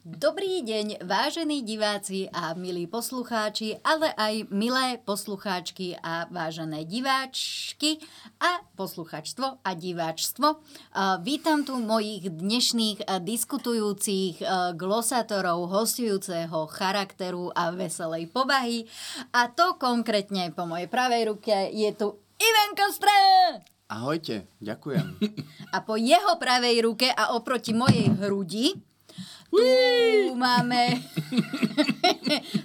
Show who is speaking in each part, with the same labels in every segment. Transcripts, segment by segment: Speaker 1: Dobrý deň, vážení diváci a milí poslucháči, ale aj milé poslucháčky a vážené diváčky a posluchačstvo a diváčstvo. Uh, Vítam tu mojich dnešných uh, diskutujúcich uh, glosatorov hostujúceho charakteru a veselej povahy. A to konkrétne po mojej pravej ruke je tu Ivenko Strel!
Speaker 2: Ahojte, ďakujem.
Speaker 1: A po jeho pravej ruke a oproti mojej hrudi tu máme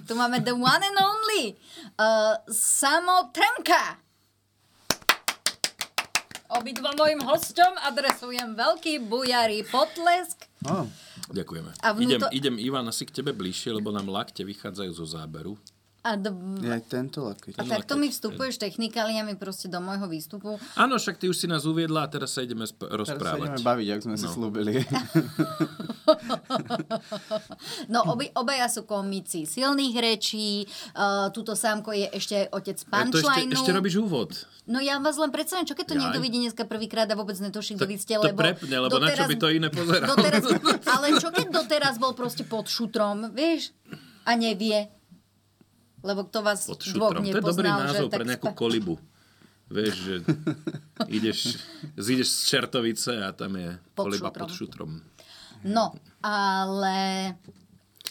Speaker 1: tu máme the one and only uh, Samo Trnka. Obidvom mojim hosťom adresujem veľký bujarý potlesk.
Speaker 2: No,
Speaker 3: Ďakujeme.
Speaker 1: A vnúto-
Speaker 3: idem, idem, Ivan, asi k tebe bližšie, lebo nám lakte vychádzajú zo záberu.
Speaker 1: A dv-
Speaker 2: je aj tento lakeť.
Speaker 1: a takto mi vstupuješ technikáliami proste do môjho výstupu.
Speaker 3: Áno, však ty už si nás uviedla a teraz sa ideme sp-
Speaker 2: Teraz sa ideme
Speaker 3: rozprávať.
Speaker 2: baviť, ak sme si
Speaker 3: No.
Speaker 2: slúbili.
Speaker 1: No obi, obaja sú komici silných rečí, uh, tuto sámko je ešte aj otec
Speaker 3: E, to ešte,
Speaker 1: punchline.
Speaker 3: ešte robíš úvod.
Speaker 1: No ja vás len predstavím, čo keď to
Speaker 3: Jaj.
Speaker 1: niekto vidí dneska prvýkrát a vôbec netuší, kto
Speaker 3: Tak
Speaker 1: vy ste,
Speaker 3: to
Speaker 1: lebo...
Speaker 3: prepne, lebo na čo by to iné pozeral?
Speaker 1: Doteraz, ale čo keď doteraz bol proste pod šutrom, vieš? A nevie. Lebo kto vás
Speaker 3: Pod
Speaker 1: dvoch
Speaker 3: šutrom. To je
Speaker 1: nepoznal,
Speaker 3: dobrý názov
Speaker 1: že tak
Speaker 3: pre nejakú
Speaker 1: spa-
Speaker 3: kolibu. Vieš, že ideš, zídeš z Čertovice a tam je
Speaker 1: Pod
Speaker 3: koliba
Speaker 1: šutrom.
Speaker 3: pod šutrom.
Speaker 1: No, ale...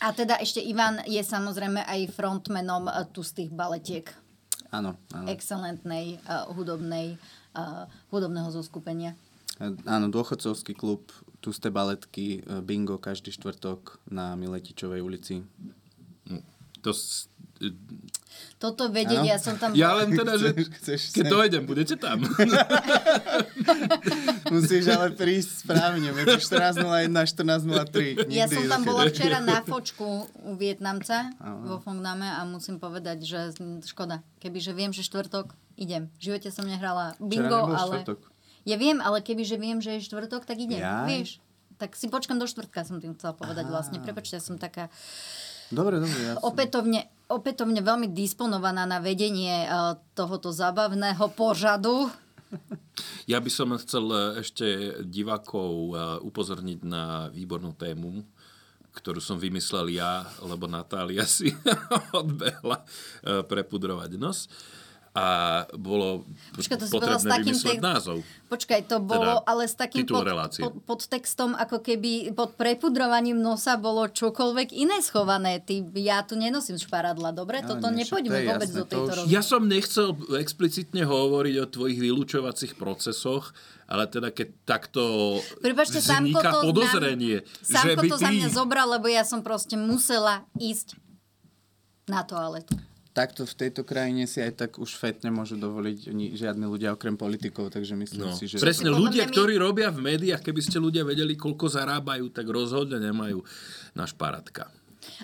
Speaker 1: A teda ešte Ivan je samozrejme aj frontmanom eh, tu z tých baletiek.
Speaker 2: Áno, áno.
Speaker 1: Excelentnej eh, hudobnej, eh, hudobného zoskupenia.
Speaker 2: E, Áno, dôchodcovský klub, tu ste baletky, e, bingo každý štvrtok na Miletičovej ulici.
Speaker 3: To, s- e,
Speaker 1: Toto vedieť,
Speaker 2: Áno.
Speaker 1: ja som tam...
Speaker 3: ja len teda, že
Speaker 2: Chceš- chceš
Speaker 3: keď
Speaker 2: sem?
Speaker 3: dojdem, budete tam.
Speaker 2: Musíš ale prísť správne, medzi 14.01 a 14.03.
Speaker 1: Ja
Speaker 2: Nikdy
Speaker 1: som tam
Speaker 2: inokedy.
Speaker 1: bola včera na fočku u Vietnamca vo Fongname a musím povedať, že škoda. Kebyže viem, že štvrtok, idem. V živote som nehrala bingo,
Speaker 2: nebol
Speaker 1: ale...
Speaker 2: štvrtok.
Speaker 1: Ja viem, ale kebyže viem, že je štvrtok, tak idem.
Speaker 2: Jaj.
Speaker 1: Vieš? Tak si počkam do štvrtka, som tým chcela povedať vlastne. Prepačte, ja som taká
Speaker 2: Dobre, dobre, ja som...
Speaker 1: opätovne, opätovne veľmi disponovaná na vedenie eh, tohoto zabavného pořadu.
Speaker 3: Ja by som chcel e, ešte divákov e, upozorniť na výbornú tému, ktorú som vymyslel ja, lebo Natália si odbehla e, prepudrovať nos. A bolo
Speaker 1: Počkaj, to si povedal s
Speaker 3: potrebné
Speaker 1: takým
Speaker 3: vymyslieť
Speaker 1: text-
Speaker 3: názov.
Speaker 1: Počkaj, to bolo,
Speaker 3: Teda
Speaker 1: ale s takým
Speaker 3: titul
Speaker 1: pod,
Speaker 3: relácie.
Speaker 1: pod, pod textom, ako keby pod prepudrovaním nosa bolo čokoľvek iné schované. Ty, ja tu nenosím šparadla, dobre?
Speaker 2: Ale
Speaker 1: Toto
Speaker 2: nie, však to
Speaker 1: nepoďme
Speaker 2: je
Speaker 1: vôbec
Speaker 2: jasné,
Speaker 1: do
Speaker 2: to
Speaker 1: tejto
Speaker 2: už-
Speaker 1: rozhovoru.
Speaker 3: Ja som nechcel explicitne hovoriť o tvojich vylúčovacích procesoch, ale teda keď takto
Speaker 1: Prepačte, Samko
Speaker 3: vzniká
Speaker 1: to,
Speaker 3: podozrenie,
Speaker 1: na,
Speaker 3: že
Speaker 1: Samko
Speaker 3: by
Speaker 1: to
Speaker 3: ty...
Speaker 1: za mňa zobral, lebo ja som proste musela ísť na toaletu.
Speaker 2: Takto v tejto krajine si aj tak už fet nemôžu dovoliť ni- žiadni ľudia okrem politikov, takže myslím
Speaker 3: No,
Speaker 2: si, že...
Speaker 3: presne,
Speaker 1: Podľa
Speaker 3: ľudia,
Speaker 1: mňa my-
Speaker 3: ktorí robia v médiách, keby ste ľudia vedeli, koľko zarábajú, tak rozhodne nemajú na šparátka.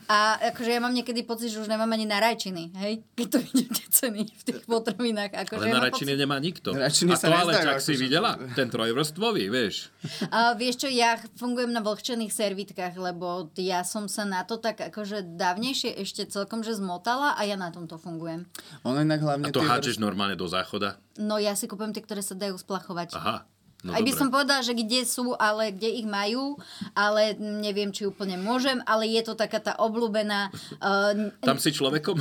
Speaker 1: A akože ja mám niekedy pocit, že už nemám ani na rajčiny, hej? Keď to vidíte ceny v tých potravinách. Akože
Speaker 3: Ale
Speaker 1: ja
Speaker 3: na
Speaker 1: mám
Speaker 3: račine nemá nikto.
Speaker 2: Račiny
Speaker 3: A
Speaker 2: sa
Speaker 3: toaleť,
Speaker 2: nezdajú,
Speaker 3: ak si
Speaker 2: akože-
Speaker 3: videla, ten trojvrstvový, vieš.
Speaker 1: A vieš čo, ja fungujem na vlhčených servitkách, lebo t- ja som sa na to tak akože dávnejšie ešte celkom že zmotala a ja na tomto fungujem.
Speaker 2: Ono inak hlavne...
Speaker 3: A
Speaker 2: tie
Speaker 3: to hádžeš normálne do záchoda.
Speaker 1: No ja si kúpem tie, ktoré sa dajú splachovať.
Speaker 3: Aha. No
Speaker 1: Aj by
Speaker 3: dobre.
Speaker 1: som povedala, že kde sú, ale kde ich majú, ale neviem, či úplne môžem, ale je to taká tá obľúbená... Uh,
Speaker 3: Tam si človekom?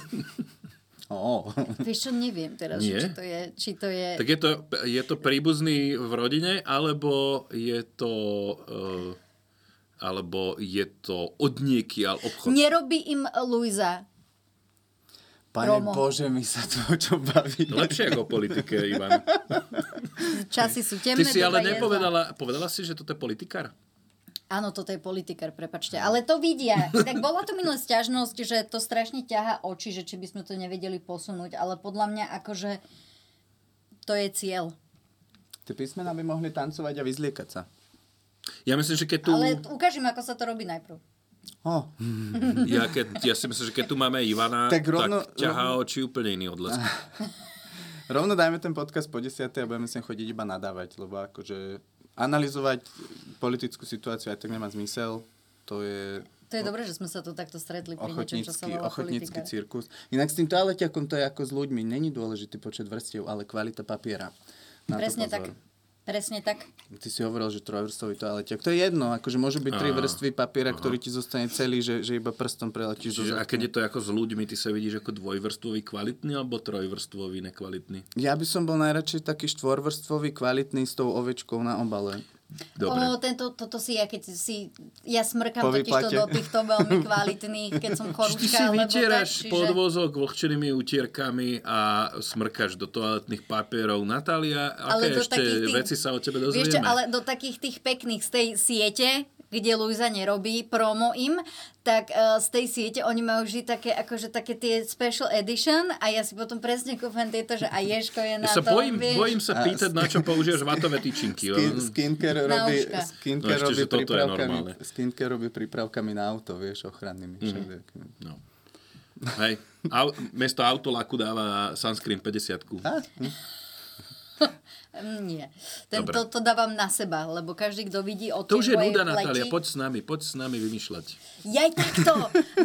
Speaker 2: vrst- Ó.
Speaker 1: vieš čo, neviem teraz,
Speaker 3: Nie?
Speaker 1: či to je... Či to je...
Speaker 3: tak je to, je to príbuzný v rodine, alebo je to... Uh, alebo je to od niekiaľ obchod.
Speaker 1: Nerobí im Luisa.
Speaker 2: Pane
Speaker 1: Romo.
Speaker 2: Bože, my sa tu o čom bavíme.
Speaker 3: Lepšie ako o politike, Ivan.
Speaker 1: Časy sú temné.
Speaker 3: Ty si
Speaker 1: doba
Speaker 3: ale
Speaker 1: je zlá.
Speaker 3: nepovedala, povedala si, že toto je politikár?
Speaker 1: Áno, toto je politikár, prepačte. Ale to vidia. Tak bola to minulá sťažnosť, že to strašne ťaha oči, že či by sme to nevedeli posunúť, ale podľa mňa akože to je cieľ.
Speaker 2: Tie písmena by mohli tancovať a vyzliekať sa.
Speaker 3: Ja myslím, že keď tu...
Speaker 1: Ale ukážem, ako sa to robí najprv.
Speaker 2: Ho.
Speaker 3: Ja, keď, ja si myslím, že keď tu máme Ivana,
Speaker 2: Tak
Speaker 3: tak,
Speaker 2: rovno- Ah,
Speaker 3: tak ťahá oči úplne iný odlesk.
Speaker 2: Rovno dajme ten podcast po 10. a budeme sem chodiť iba nadávať, lebo akože analyzovať politickú situáciu aj tak nemá zmysel. To je
Speaker 1: To je dobré, že sme sa tu takto stretli pri niečom, čo sa
Speaker 2: ochotnícky,
Speaker 1: volá
Speaker 2: ochotnícky
Speaker 1: politika.
Speaker 2: cirkus. Inak s tým toaleťakom to je ako s ľuďmi. Není dôležitý počet vrstiev, ale kvalita papiera. Na to
Speaker 1: Presne
Speaker 2: pozor.
Speaker 1: tak. Presne tak.
Speaker 2: Ty si hovoril, že trojvrstový toaleťak. To je jedno, akože môžu byť tri
Speaker 3: Á.
Speaker 2: vrstvy papiera, ktorý ti zostane celý, že, že iba prstom preletíš. do
Speaker 3: Čiže a
Speaker 2: zadku.
Speaker 3: keď je to ako s ľuďmi, ty sa vidíš ako dvojvrstvový kvalitný alebo trojvrstvový nekvalitný?
Speaker 2: Ja by som bol najradšej taký štvorvrstvový, kvalitný s tou ovečkou na obale.
Speaker 1: O,
Speaker 3: Dobre.
Speaker 1: tento, toto si ja, keď si, ja smrkam
Speaker 2: Po
Speaker 1: totižto
Speaker 2: výplate.
Speaker 1: do týchto veľmi kvalitných, keď som
Speaker 3: Čiže ty
Speaker 1: chorúčka,
Speaker 3: si
Speaker 1: alebo tak,
Speaker 3: vytieraš
Speaker 1: čiže...
Speaker 3: podvozok vlhčenými utierkami a smrkaš do toaletných papierov. Natália, aké ešte veci sa o tebe dozvieme?
Speaker 1: Vieš čo, ale do takých tých pekných z tej siete, kde Luisa nerobí promo im, tak e, z tej siete oni majú vždy také, akože také tie special edition a ja si potom presne kúpem tieto, že a Ježko je na
Speaker 3: Ja sa
Speaker 1: tom,
Speaker 3: bojím,
Speaker 1: vieš.
Speaker 3: bojím sa pýtať, na čo používaš vatové tyčinky.
Speaker 2: Skin,
Speaker 3: lebo-
Speaker 2: skincare
Speaker 1: Na
Speaker 2: robí,
Speaker 1: uška.
Speaker 2: skincare
Speaker 3: No ešte,
Speaker 2: robí,
Speaker 3: že toto je
Speaker 2: prípravkami,
Speaker 3: normálne.
Speaker 2: skincare robí prípravkami na auto, vieš, ochrannými. Mm.
Speaker 3: No. Hej, Au, mesto autolaku dáva sunscreen 50
Speaker 2: hm.
Speaker 1: Mm, Nie. Ten,
Speaker 3: Dobre.
Speaker 1: to, to dávam na seba, lebo každý, kto vidí o
Speaker 3: To už je
Speaker 1: mojej
Speaker 3: nuda,
Speaker 1: pleti-
Speaker 3: Natália, poď s nami, poď s nami vymýšľať.
Speaker 1: Jaj takto.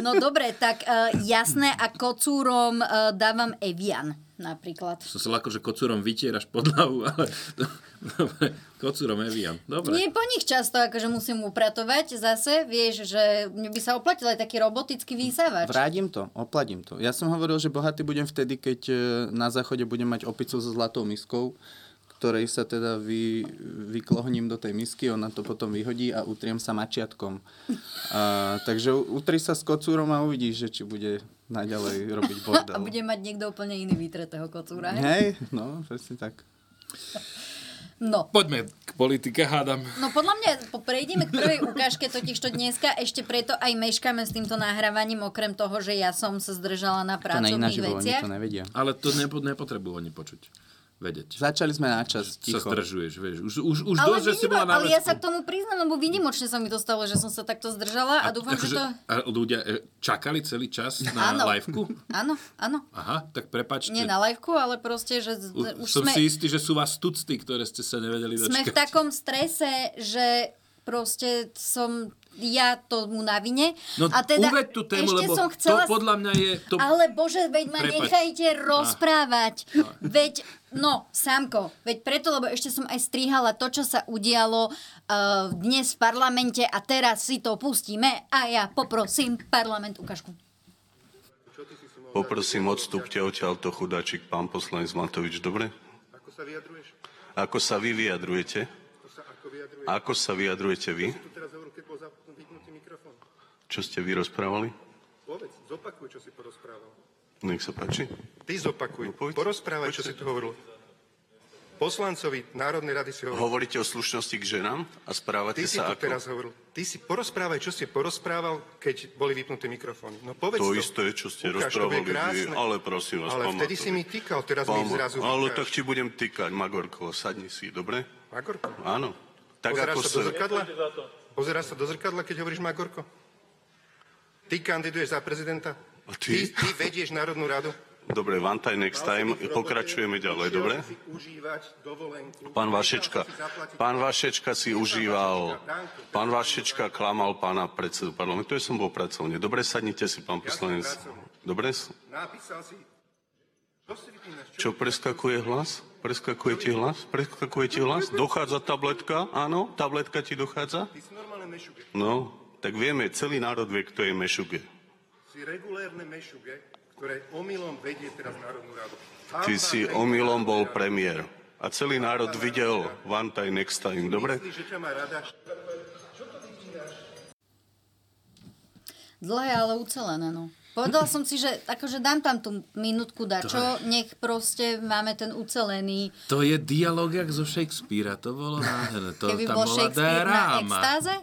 Speaker 1: No dobre, tak e, jasné a kocúrom e, dávam Evian napríklad.
Speaker 3: Som sa ako, že kocúrom vytieraš podlahu, ale dobre, kocúrom Evian. Dobre.
Speaker 1: Nie po nich často, akože musím upratovať zase, vieš, že mne by sa oplatil aj taký robotický vysávač.
Speaker 2: Vrádim to, opladím to. Ja som hovoril, že bohatý budem vtedy, keď e, na záchode budem mať opicu so zlatou miskou, ktorej sa teda vy, vyklohním do tej misky, ona to potom vyhodí a utriem sa mačiatkom. A, takže u- utri sa s kocúrom a uvidíš, že či bude naďalej robiť bordel.
Speaker 1: A bude mať niekto úplne iný vytretého kocúra. hej?
Speaker 2: Hej, no, presne tak.
Speaker 1: No.
Speaker 3: Poďme k politike, hádam.
Speaker 1: No podľa mňa po- prejdeme k prvej ukážke, totiž to dneska ešte preto aj meškáme s týmto nahrávaním, okrem toho, že ja som sa zdržala na
Speaker 2: To nie je
Speaker 1: pracovných
Speaker 2: naživo, oni
Speaker 1: veciach.
Speaker 2: to nevedia.
Speaker 3: Ale to nepo, nepotrebujú oni počuť, vedieť.
Speaker 2: Začali sme na čas,
Speaker 3: Ticho. Sa
Speaker 2: ticho.
Speaker 3: zdržuješ, vieš. Už, už, už
Speaker 1: Ale,
Speaker 3: dosť, že si
Speaker 1: vynimo-
Speaker 3: bola na
Speaker 1: ale ja
Speaker 3: vecku.
Speaker 1: sa k tomu priznám, lebo vynimočne sa mi to stalo, že som sa takto zdržala a, dúfam, že
Speaker 3: akože-
Speaker 1: to...
Speaker 3: A ľudia e, čakali celý čas na
Speaker 1: Áno.
Speaker 3: liveku?
Speaker 1: Áno, áno.
Speaker 3: Aha, tak prepačte.
Speaker 1: Nie na liveku, ale proste, že z-
Speaker 3: U,
Speaker 1: už
Speaker 3: som
Speaker 1: sme,
Speaker 3: si istý, že sú vás tucty, ktoré ste sa nevedeli dočkať.
Speaker 1: sme v takom strese, že proste som ja tomu na vine.
Speaker 3: No
Speaker 1: a teda
Speaker 3: uveď tú tému,
Speaker 1: ešte
Speaker 3: lebo
Speaker 1: som chcela...
Speaker 3: to podľa mňa je... To...
Speaker 1: Ale bože, veď ma
Speaker 3: Prepač.
Speaker 1: nechajte rozprávať. Veď, no, Sámko, veď preto, lebo ešte som aj strihala to, čo sa udialo uh, dnes v parlamente a teraz si to pustíme a ja poprosím parlament ukážku.
Speaker 4: Poprosím, odstúpte odtiaľto chudáčik, pán poslanec Matovič, dobre?
Speaker 5: Ako sa vyjadruješ?
Speaker 4: Ako sa vy vyjadrujete?
Speaker 5: Ako sa ako vyjadruješ?
Speaker 4: Ako sa vyjadrujete vy?
Speaker 5: Tu teraz hovorí, keď bol zapnutý vypnutý mikrofón.
Speaker 4: Čo ste vy rozprávali?
Speaker 5: Povedz, zopakuj, čo si porozprával.
Speaker 4: Nech sa páči.
Speaker 5: Ty zopakuj,
Speaker 4: No povedz.
Speaker 5: porozprávaj, čo si tu hovoril. Poslancovi Národnej rady si hovoril.
Speaker 4: Hovoríte o slušnosti k ženám a
Speaker 5: Ty
Speaker 4: správate
Speaker 5: si
Speaker 4: sa
Speaker 5: tu
Speaker 4: ako...
Speaker 5: teraz hovoril. Ty si porozprávaj, čo si porozprával, keď boli vypnuté mikrofóny. No povedz
Speaker 4: To
Speaker 5: to.
Speaker 4: isté, čo ste
Speaker 5: Ukáž, to
Speaker 4: rozprávali
Speaker 5: bude krásne.
Speaker 4: vy, ale prosím vás,
Speaker 5: Ale
Speaker 4: pán
Speaker 5: vtedy si mi
Speaker 4: Matovič.
Speaker 5: týkal, teraz
Speaker 4: Pán
Speaker 5: mi zrazu
Speaker 4: Matovič, Ale
Speaker 5: týkáš.
Speaker 4: tak ti budem týkať, Magorko, sadni si, dobre?
Speaker 5: Magorko,
Speaker 4: Áno. Tak
Speaker 5: pozeráš
Speaker 4: ako
Speaker 5: sa
Speaker 4: sa...
Speaker 5: do zrkadla? Pozeráš sa do zrkadla, keď hovoríš Magorko? Ty kandiduješ za prezidenta?
Speaker 4: A ty?
Speaker 5: ty vedieš Národnú radu?
Speaker 4: Dobre, one time, next time, pokračujeme ďalej, dobre?
Speaker 5: Si užívať dovolenku.
Speaker 4: Pán Vašečka, pán Vašečka si užíval, pán Vašečka klamal pána predsedu parlamentu, ja som bol pracovne. Dobre, sadnite si, pán poslanec. Dobre?
Speaker 5: Napísal si... Čo si vypínaš?
Speaker 4: Čo, preskakuje hlas? Preskakuje ti hlas? Preskakuje ti hlas? Dochádza tabletka? Áno, tabletka ti dochádza?
Speaker 5: Ty si normálne mešuge.
Speaker 4: No, tak vieme, celý národ vie, kto je mešuge.
Speaker 5: Si regulérne mešuge, ktoré omylom vedie teraz Národnú radu.
Speaker 4: Ty si omylom bol premiér. A celý národ videl one time, next time, dobre?
Speaker 5: Myslíš, že ťa má rada?
Speaker 1: Dlhé, ale ucelené, no. Povedala som si, že akože dám tam tú minútku dačo, nech proste máme ten ucelený.
Speaker 3: To je dialog jak zo Shakespearea, to bolo nádherné. To,
Speaker 1: Keby
Speaker 3: tam
Speaker 1: bol
Speaker 3: bola
Speaker 1: Shakespeare na
Speaker 3: dráma.
Speaker 1: extáze?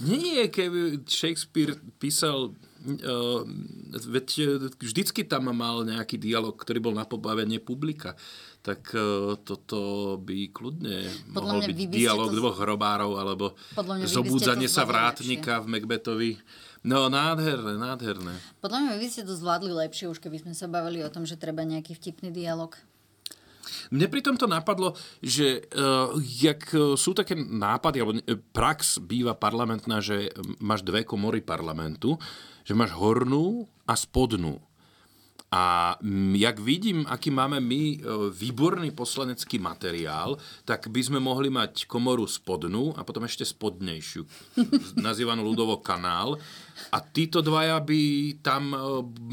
Speaker 3: Nie, nie, keby Shakespeare písal Uh, veď eh, vždycky tam mal nejaký dialog, ktorý bol na pobavenie publika. Tak uh, toto by kľudne
Speaker 1: Podľa
Speaker 3: mohol
Speaker 1: mňa
Speaker 3: byť
Speaker 1: vy by ste
Speaker 3: dialog
Speaker 1: to-
Speaker 3: dvoch hrobárov alebo
Speaker 1: Podľa mňa vy by ste to
Speaker 3: zobudzanie
Speaker 1: zvládli
Speaker 3: sa vrátnika v Macbethovi. No, nádherné, nádherné.
Speaker 1: Podľa mňa vy ste to zvládli lepšie, už keby sme sa bavili o tom, že treba nejaký vtipný dialog.
Speaker 3: Mne pri tomto napadlo, že uh, jak eh, sú také nápady, alebo eh, prax býva parlamentná, že eh, máš dve komory parlamentu, že máš hornú a spodnú. A mm, jak vidím, aký máme my e, výborný poslanecký materiál, tak by sme mohli mať komoru spodnú a potom ešte spodnejšiu, nazývanú ľudovo kanál. A títo dvaja by tam e,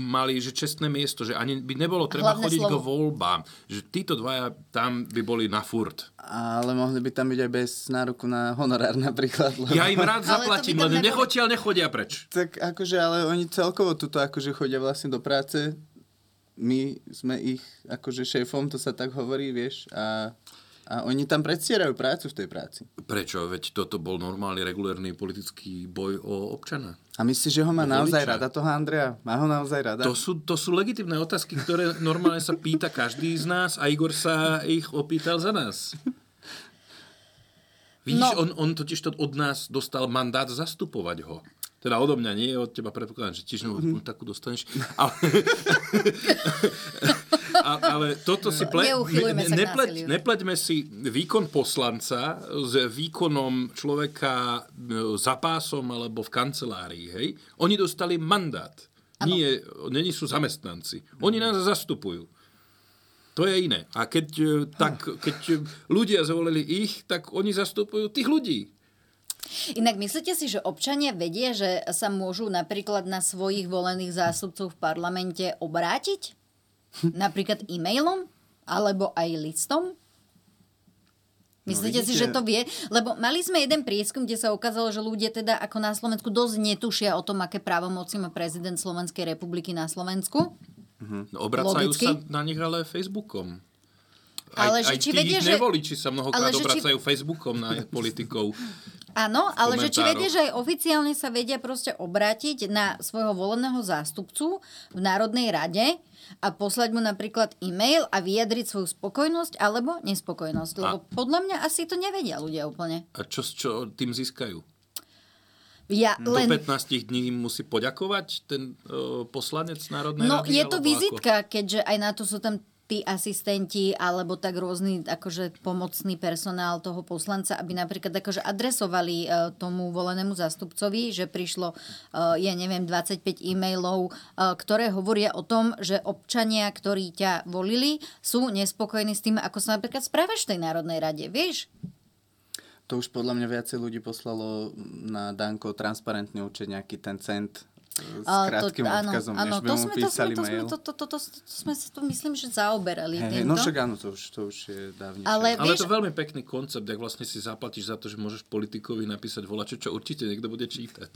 Speaker 3: mali že čestné miesto, že ani by nebolo treba
Speaker 1: hlavné
Speaker 3: chodiť
Speaker 1: slovo.
Speaker 3: slovo. k voľbám. Že títo dvaja tam by boli na furt.
Speaker 2: Ale mohli by tam byť aj bez nároku na honorár napríklad. Lebo...
Speaker 3: Ja im
Speaker 1: Ale
Speaker 3: rád
Speaker 1: to by
Speaker 3: zaplatím,
Speaker 1: tam
Speaker 3: len
Speaker 1: nebolo.
Speaker 3: nechodia, nechodia preč.
Speaker 2: Tak akože, ale oni celkovo tuto akože chodia vlastne do práce. My sme ich akože šéfom, to sa tak hovorí, vieš. A, a oni tam predstierajú prácu v tej práci.
Speaker 3: Prečo? Veď toto bol normálny, regulérny politický boj o občana.
Speaker 2: A myslíš, že ho má
Speaker 3: No,
Speaker 2: naozaj
Speaker 3: voliča.
Speaker 2: rada toho Andrea? Má ho naozaj rada?
Speaker 3: To sú, to sú legitimné otázky, ktoré normálne sa pýta každý z nás a Igor sa ich opýtal za nás. Vidíš,
Speaker 1: No.
Speaker 3: no. on, on totiž to od nás dostal mandát zastupovať ho. Teda odo mňa nie, od teba predpokladám, že tiež mm-hmm. takú dostaneš. Ale, a, ale toto si ple,
Speaker 1: Neuchylujme sa k
Speaker 3: nepleť,
Speaker 1: násiliu.
Speaker 3: nepleťme si výkon poslanca s výkonom človeka e, za pásom alebo v kancelárii. Hej? Oni dostali mandát. Nie, není sú zamestnanci. Oni nás zastupujú. To je iné. A keď, e, tak,
Speaker 1: Hm.
Speaker 3: keď e, ľudia zvolili ich, tak oni zastupujú tých ľudí.
Speaker 1: Inak myslíte si, že občania vedia, že sa môžu napríklad na svojich volených zástupcov v parlamente obrátiť? Napríklad e-mailom? Alebo aj listom?
Speaker 3: No,
Speaker 1: Myslíte si, že
Speaker 2: vidíte.
Speaker 1: to vie? Lebo mali sme jeden prieskum, kde sa ukázalo, že ľudia teda ako na Slovensku dosť netušia o tom, aké právomoci má prezident Slovenskej republiky na Slovensku.
Speaker 3: No, obracajú
Speaker 1: Logicky.
Speaker 3: sa na nich ale Facebookom.
Speaker 1: Ale že
Speaker 3: aj
Speaker 1: či
Speaker 3: tí
Speaker 1: vedia,
Speaker 3: ich
Speaker 1: že-
Speaker 3: nevoliči sa mnohokrát
Speaker 1: ale že či-
Speaker 3: obracajú Facebookom na politikov.
Speaker 1: Áno, ale že či
Speaker 3: komentároch.
Speaker 1: vedia, že aj oficiálne sa vedia proste obrátiť na svojho voleného zástupcu v Národnej rade a poslať mu napríklad e-mail a vyjadriť svoju spokojnosť alebo nespokojnosť. Lebo
Speaker 3: A-
Speaker 1: podľa mňa asi to nevedia ľudia úplne.
Speaker 3: A čo, čo tým získajú?
Speaker 1: Ja
Speaker 3: Len... Do
Speaker 1: len...
Speaker 3: 15 dní im musí poďakovať ten e, poslanec Národnej
Speaker 1: No
Speaker 3: rady?
Speaker 1: je to
Speaker 3: alebo
Speaker 1: vizitka, keďže aj na to sú tam tí asistenti alebo tak rôzny akože pomocný personál toho poslanca, aby napríklad akože adresovali e, tomu volenému zástupcovi, že prišlo, e, ja neviem, 25 e-mailov, e, ktoré hovoria o tom, že občania, ktorí ťa volili, sú nespokojní s tým, ako sa napríklad správaš v tej Národnej rade, vieš?
Speaker 2: To už podľa mňa viacej ľudí poslalo na Danko transparentne určite nejaký ten cent e, s
Speaker 1: A
Speaker 2: krátkým odkazom, než by
Speaker 1: to
Speaker 2: mu
Speaker 1: sme, to sme,
Speaker 2: písali
Speaker 1: to sme,
Speaker 2: mail.
Speaker 1: to, to, to, to, to sme sa tu myslím, že zaoberali.
Speaker 2: Hej, hej,
Speaker 1: týmto.
Speaker 2: no však áno, to už, to už je dávnejšie.
Speaker 1: Ale-
Speaker 3: Ale
Speaker 1: Vieš-
Speaker 3: to je veľmi pekný koncept, ak vlastne si zaplatíš za to, že môžeš politikovi napísať volače, čo určite niekto bude čítať.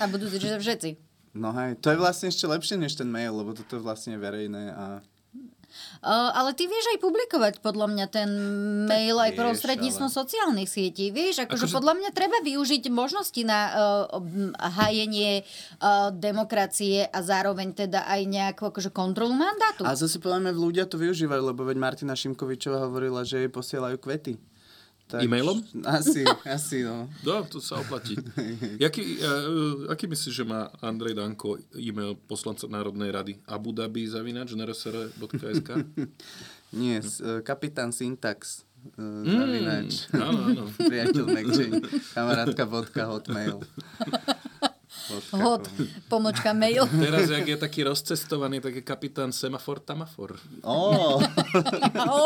Speaker 1: A budú to že všetci.
Speaker 2: No hej, to je vlastne ešte lepšie než ten mail, lebo toto je vlastne verejné a...
Speaker 1: Uh, ale ty vieš aj publikovať podľa mňa ten mail aj
Speaker 2: vieš,
Speaker 1: prostredníctvom sociálnych sietí. Vieš, akože
Speaker 3: Akože-
Speaker 1: podľa mňa treba využiť možnosti na uh, ob- hájenie uh, demokracie a zároveň teda aj nejakú akože kontrolu mandátu.
Speaker 2: A zase podľa mňa ľudia to využívajú, lebo veď Martina Šimkovičová hovorila, že jej posielajú kvety. Tak,
Speaker 3: E-mailom?
Speaker 2: Asi, asi, no.
Speaker 3: No, to sa oplatí. Jaký, e, aký myslíš, že má Andrej Danko e-mail poslanca Národnej rady? Abu Dhabi zavinač nrsr.sk?
Speaker 2: Nie, s- e, kapitán Syntax. Uh, mm,
Speaker 3: Áno, áno.
Speaker 2: Priateľ McJane. Kamarátka vodka hotmail. Vodka,
Speaker 1: Hod, pomočka mail.
Speaker 3: Teraz, jak je taký rozcestovaný, tak je kapitán Semafor Tamafor.
Speaker 2: Ó,
Speaker 1: Ó,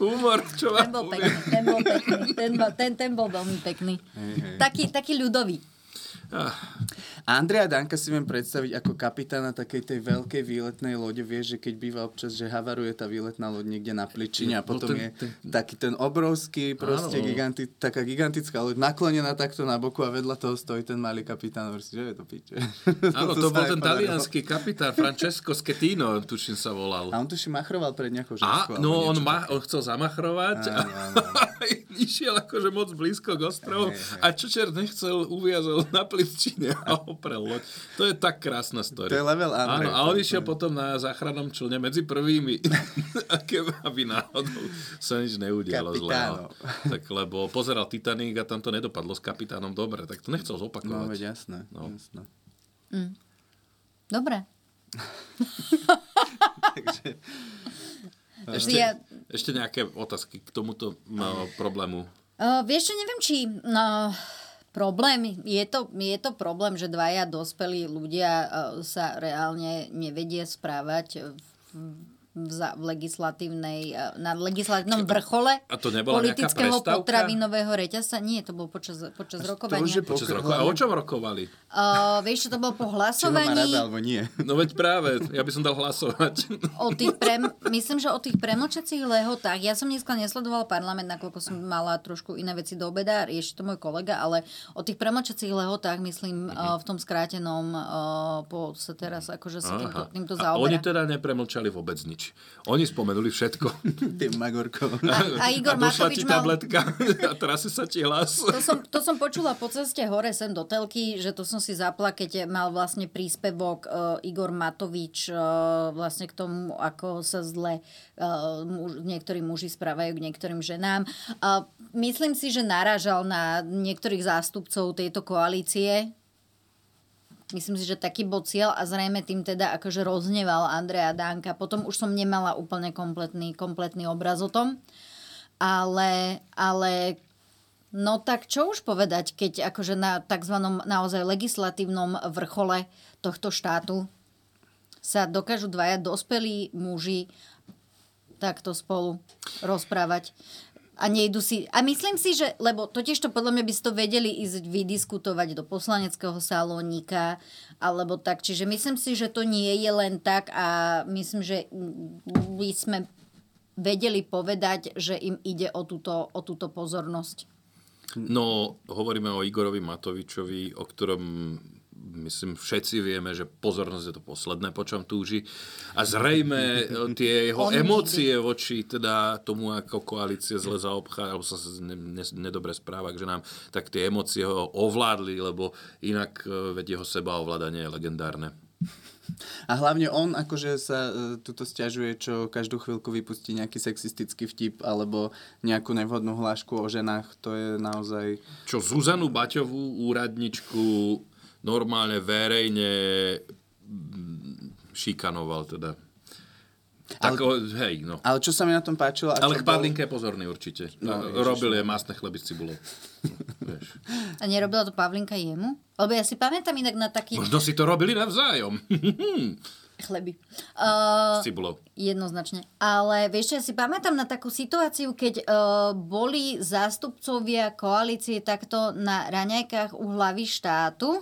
Speaker 3: Humor, čo
Speaker 1: ten
Speaker 3: vám
Speaker 1: bol
Speaker 3: poviem.
Speaker 1: pekný, ten bol pekný, ten bol, ten, ten bol veľmi pekný. Taký, taký ľudový.
Speaker 3: Ah.
Speaker 2: Andrea Danka si viem predstaviť ako kapitána takej tej veľkej výletnej lode. Vieš, že keď býva občas, že havaruje tá výletná loď niekde na pličine a
Speaker 3: No
Speaker 2: potom
Speaker 3: ten-
Speaker 2: je
Speaker 3: ten-
Speaker 2: taký ten obrovský, proste
Speaker 3: Áno.
Speaker 2: giganti, taká gigantická loď naklonená takto na boku a vedľa toho stojí ten malý kapitán. Hovorí si, že je to piče.
Speaker 3: Áno,
Speaker 2: sa
Speaker 3: to bol
Speaker 2: aj
Speaker 3: ten
Speaker 2: podarilo.
Speaker 3: talianský kapitán Francesco Schettino, tuším sa volal.
Speaker 2: A on tuším machroval pred nejakou ženskou. alebo
Speaker 3: A, no on,
Speaker 2: niečo
Speaker 3: ma, on chcel zamachrovať a,
Speaker 2: Áno, áno,
Speaker 3: išiel akože moc blízko k ostrovu
Speaker 2: Hej, hej.
Speaker 3: a Čočer nechcel, uviazol na plivčine a oprel loď. To je tak krásna story.
Speaker 2: To je level Andrej.
Speaker 3: Áno, a
Speaker 2: To
Speaker 3: on
Speaker 2: je-
Speaker 3: išiel potom na záchrannom člne medzi prvými, aké aby náhodou sa nič neudialo
Speaker 2: Kapitánov.
Speaker 3: zlého. Tak lebo pozeral Titanic a tam to nedopadlo s kapitánom dobre, tak to nechcel
Speaker 2: No,
Speaker 3: zopakovať.
Speaker 2: veď jasné.
Speaker 3: No.
Speaker 2: jasné.
Speaker 1: Dobre.
Speaker 3: Ešte,
Speaker 1: Ja-
Speaker 3: ešte nejaké otázky k tomuto no, problému.
Speaker 1: Uh, vieš čo, neviem, či... No, problém, je to, je to problém, že dvaja dospelí ľudia eh, sa reálne nevedie správať v, v, za- v legislatívnej, eh, na legislatívnom vrchole
Speaker 3: a to nebola nejaká
Speaker 1: politického
Speaker 3: prestávka?
Speaker 1: potravinového reťazca. Nie, to bolo počas, počas rokovania.
Speaker 2: že po-
Speaker 3: Počas roko- a o čom rokovali?
Speaker 1: Eh, vieš, čo to bolo po
Speaker 2: Či ho má
Speaker 1: hlasovaní.
Speaker 2: rada, alebo nie.
Speaker 3: No veď práve, ja by som dal hlasovať.
Speaker 1: O tých prem, myslím, že o tých premlčacích lehotách. Ja som dneska nesledovala parlament, nakoľko som mala trošku iné veci do obeda, rieši to môj kolega, ale o tých premlčacích lehotách, myslím,
Speaker 3: Mhm.
Speaker 1: mm-hmm. v tom skrátenom, eh, po, sa teraz akože sa týmto,
Speaker 3: Aha.
Speaker 1: týmto
Speaker 3: A
Speaker 1: zaoberá.
Speaker 3: oni teda nepremlčali vôbec nič. Oni spomenuli všetko.
Speaker 2: Ty Magorko.
Speaker 1: A, a Igor
Speaker 3: a došla
Speaker 1: Matovič
Speaker 3: ti
Speaker 1: mal...
Speaker 3: tabletka a trase sa ti hlas.
Speaker 1: To som, to som počula po ceste hore sem do telky, že to som si zapla, keď mal vlastne príspevok uh, Igor Matovič uh, vlastne k tomu, ako sa zle uh, muž, niektorí muži správajú k niektorým ženám. Uh, myslím si, že narážal na niektorých zástupcov tejto koalície. Myslím si, že taký bol cieľ a zrejme tým teda akože rozneval Andreja Danka. Potom už som nemala úplne kompletný, kompletný obraz o tom. Ale, ale No tak čo už povedať, keď akože na tzv. naozaj legislatívnom vrchole tohto štátu sa dokážu dvaja dospelí muži takto spolu rozprávať. A nejdu si... A myslím si, že... Lebo totiž to podľa mňa by ste to vedeli ísť vydiskutovať do poslaneckého salónika alebo tak. Čiže myslím si, že to nie je len tak a myslím, že by sme vedeli povedať, že im ide o túto, o túto pozornosť.
Speaker 3: No, hovoríme o Igorovi Matovičovi, o ktorom myslím, všetci vieme, že pozornosť je to posledné, po čom túži. A zrejme e, tie
Speaker 1: On
Speaker 3: jeho emócie voči teda tomu, ako koalície zle zaobchádza, alebo sa s- ne, ne, nedobre správa k ženám, tak tie emócie ho ovládli, lebo inak e, veď jeho seba ovládanie je legendárne.
Speaker 2: A hlavne on akože sa e, tuto stiažuje, čo každú chvíľku vypustí nejaký sexistický vtip alebo nejakú nevhodnú hlášku o ženách. To je naozaj...
Speaker 3: čo Zuzanu Baťovú úradničku normálne verejne mm, šikanoval teda. Tak, ale, hej, no.
Speaker 2: Ale čo sa mi na tom páčilo... A čo
Speaker 3: Ale k
Speaker 2: bol-
Speaker 3: Pavlinke je pozorný určite.
Speaker 2: No,
Speaker 3: No,
Speaker 2: ježiš.
Speaker 3: Robil je masné chleby s cibulou. Vieš.
Speaker 1: A nerobila to Pavlinka jemu? Lebo ja si pamätám inak na taký
Speaker 3: Možno si to robili navzájom.
Speaker 1: chleby. Uh,
Speaker 3: S cibulou.
Speaker 1: jednoznačne. Ale vieš, čo, ja si pamätám na takú situáciu, keď uh, boli zástupcovia koalície takto na raňajkách u hlavy štátu.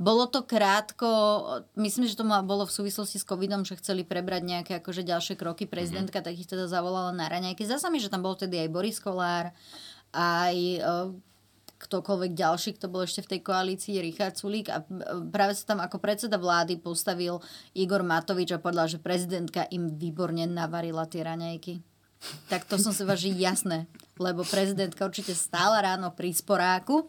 Speaker 1: Bolo to krátko, myslím, že to ma- bolo v súvislosti s covidom, že chceli prebrať nejaké akože ďalšie kroky. Prezidentka tak ich teda zavolala na raňajky. Zdá sa mi, že tam bol tedy aj Boris Kolár, aj e, ktokoľvek ďalší, kto bol ešte v tej koalícii, Richard Sulík a e, práve sa tam ako predseda vlády postavil Igor Matovič a povedal, že prezidentka im výborne navarila tie raňajky. Tak to som si váži jasné, lebo prezidentka určite stála ráno pri sporáku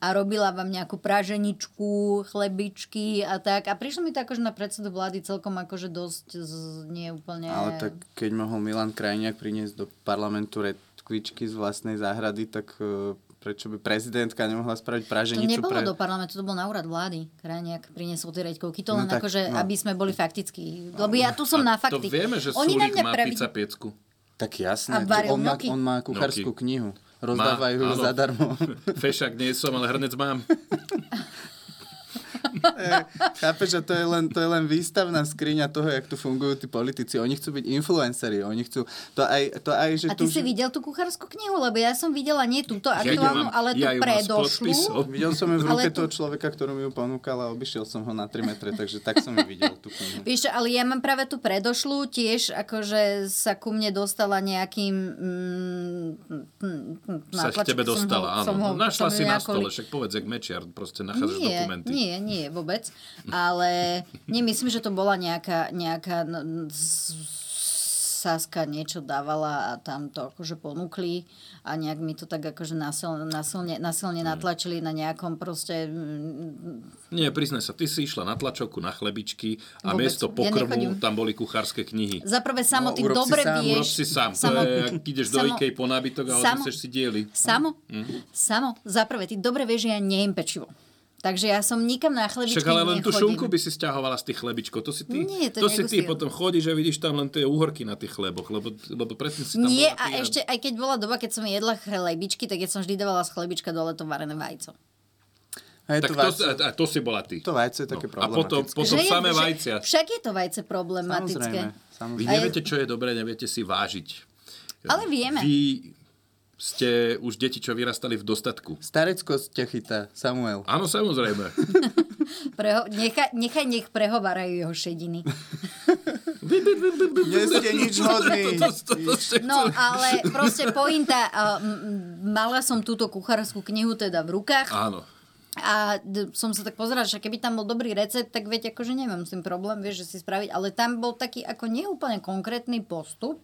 Speaker 1: a robila vám nejakú praženičku, chlebičky a tak. A prišlo mi to akože na predsedu vlády celkom akože dosť z, nie úplne...
Speaker 2: Ale tak keď mohol Milan Krajniak priniesť do parlamentu redkvičky z vlastnej záhrady, tak e, prečo by prezidentka nemohla spraviť
Speaker 1: To
Speaker 2: praženicu
Speaker 1: nebolo
Speaker 2: pre...
Speaker 1: do parlamentu, to bol na úrad vlády. Krajniak priniesol tie reďkovky. To
Speaker 2: No
Speaker 1: len
Speaker 2: tak,
Speaker 1: akože,
Speaker 2: no.
Speaker 1: aby sme boli faktickí. Lebo ja tu som na
Speaker 3: to
Speaker 1: fakty.
Speaker 3: vieme, že
Speaker 1: Oni na
Speaker 3: Sulík
Speaker 1: mňa
Speaker 3: má
Speaker 1: pravid-
Speaker 3: pizza piecku.
Speaker 2: Tak
Speaker 1: A
Speaker 2: jasné,
Speaker 1: varil
Speaker 2: on má,
Speaker 1: ňoky.
Speaker 2: on má kuchárskú
Speaker 3: Ňoky.
Speaker 2: knihu. Rozdávajú ju
Speaker 3: áno.
Speaker 2: zadarmo.
Speaker 3: Fešak nie som, ale hrnec mám.
Speaker 2: Chápeš, že to je, len, to je len výstavná skriňa toho, jak tu fungujú tí politici. Oni chcú byť influenceri, oni chcú... To aj, to aj že
Speaker 1: A
Speaker 2: tu...
Speaker 1: ty si videl tú kuchárskú knihu? Lebo ja som videla nie túto
Speaker 3: ju
Speaker 1: aktuálnu,
Speaker 3: mám-
Speaker 1: ale tú
Speaker 3: ju mám s
Speaker 1: predošlú.
Speaker 3: podpisom.
Speaker 2: Videl som ju v
Speaker 1: Ale
Speaker 2: ruke
Speaker 1: tu-
Speaker 2: toho človeka, ktorý mi ju ponúkal a obišiel som ho na 3 metre, takže tak som ju videl tú knihu.
Speaker 1: Vieš, čo, ale ja mám práve tú predošlú tiež, akože sa ku mne dostala nejakým... Mm, mm, mm,
Speaker 3: Sa k
Speaker 1: nátlačkom
Speaker 3: tebe
Speaker 1: som ho-
Speaker 3: dostala, áno.
Speaker 1: som ho-
Speaker 3: Našla
Speaker 1: som
Speaker 3: si
Speaker 1: ju
Speaker 3: na
Speaker 1: nejako-
Speaker 3: stole, však povedz, jak mečiar, proste nachádzaš
Speaker 1: nie,
Speaker 3: dokumenty.
Speaker 1: Nie, nie, vôbec. Ale nemyslím, že to bola nejaká, nejaká no, z- Saska niečo dávala a tam to akože ponúkli a nejak mi to tak akože nasilne, nasilne, nasilne
Speaker 3: Mm.
Speaker 1: natlačili na nejakom proste... mm,
Speaker 3: Nie, priznaj sa, ty si išla na tlačovku na chlebičky a
Speaker 1: Vôbec,
Speaker 3: miesto
Speaker 1: ja
Speaker 3: pokrmu
Speaker 1: nechodím.
Speaker 3: tam boli kuchárske knihy.
Speaker 1: Za prvé, samo
Speaker 2: No,
Speaker 1: ty
Speaker 2: urob si
Speaker 1: dobre
Speaker 2: sám,
Speaker 1: vieš...
Speaker 3: Rob si sám, to
Speaker 1: samo-
Speaker 3: je, ak ideš do
Speaker 1: samo-
Speaker 3: Ikej po nábytok a
Speaker 1: samo-
Speaker 3: odneseš si diely.
Speaker 1: Samo, samo, za prvé, ty dobre vieš, že ja nejem pečivo. Takže ja som nikam na chlebičky
Speaker 3: Však ale len tú
Speaker 1: nechodím.
Speaker 3: šunku by si stiahovala z tých chlebičkov. To si ty,
Speaker 1: Nie, to
Speaker 3: to si
Speaker 1: negustujem.
Speaker 3: ty potom chodíš a vidíš tam len tie úhorky na tých chleboch, lebo, lebo predtým si tam
Speaker 1: Nie,
Speaker 3: bola ty
Speaker 1: a ešte aj keď bola doba, keď som jedla chlebičky, tak ja som vždy dávala z chlebička dole to varené vajco.
Speaker 2: Hej,
Speaker 3: Tak
Speaker 2: to,
Speaker 3: to,
Speaker 2: vajce,
Speaker 3: a, a to si bola ty.
Speaker 2: to vajce je také
Speaker 3: a potom,
Speaker 2: problematické.
Speaker 3: potom
Speaker 1: Že je-
Speaker 3: samé
Speaker 1: že-
Speaker 3: vajcia.
Speaker 1: Však je to vajce problematické.
Speaker 3: Vy
Speaker 2: samozrejme.
Speaker 1: A je-
Speaker 3: neviete, čo je dobré, neviete si vážiť.
Speaker 1: Ale vieme.
Speaker 3: Vy ste už deti, čo vyrastali v dostatku.
Speaker 2: Starecko ťa chytá, Samuel.
Speaker 3: Áno, samozrejme.
Speaker 1: Preho- nechaj, nechaj nech prehovarajú jeho šediny.
Speaker 2: Nie ste nič hodný.
Speaker 3: No, To- to- to- to-
Speaker 1: No, ale proste pointa, a, m- m- mala som túto kuchárskú knihu teda v rukách
Speaker 3: Áno.
Speaker 1: a d- som sa tak pozerala, že keby tam bol dobrý recept, tak veď akože nemám s tým problém, vieš, že si spraviť, ale tam bol taký ako neúplne konkrétny postup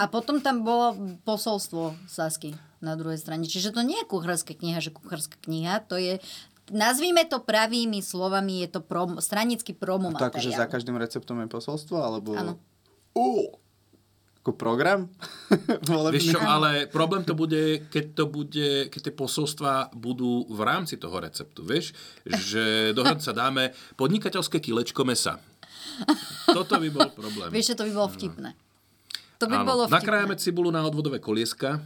Speaker 1: a potom tam bolo posolstvo Sasky na druhej strane. Čiže to nie je kuchárska kniha, že kuchárska kniha, to je Nazvíme to pravými slovami, je to prom, stranický
Speaker 2: To akože za
Speaker 1: promomateriál.
Speaker 2: každým receptom je posolstvo, alebo...
Speaker 1: Áno.
Speaker 2: Ó! Ako program? Volebný?
Speaker 3: Vieš čo, ale problém to bude, keď to bude, keď tie posolstva budú v rámci toho receptu, vieš? Že dokonca dáme podnikateľské kilečko mesa. Toto by bol problém.
Speaker 1: Vieš, že to by bolo vtipné. To by
Speaker 3: Áno.
Speaker 1: bolo vtipné.
Speaker 3: Nakrájame cibulu na odvodové kolieska.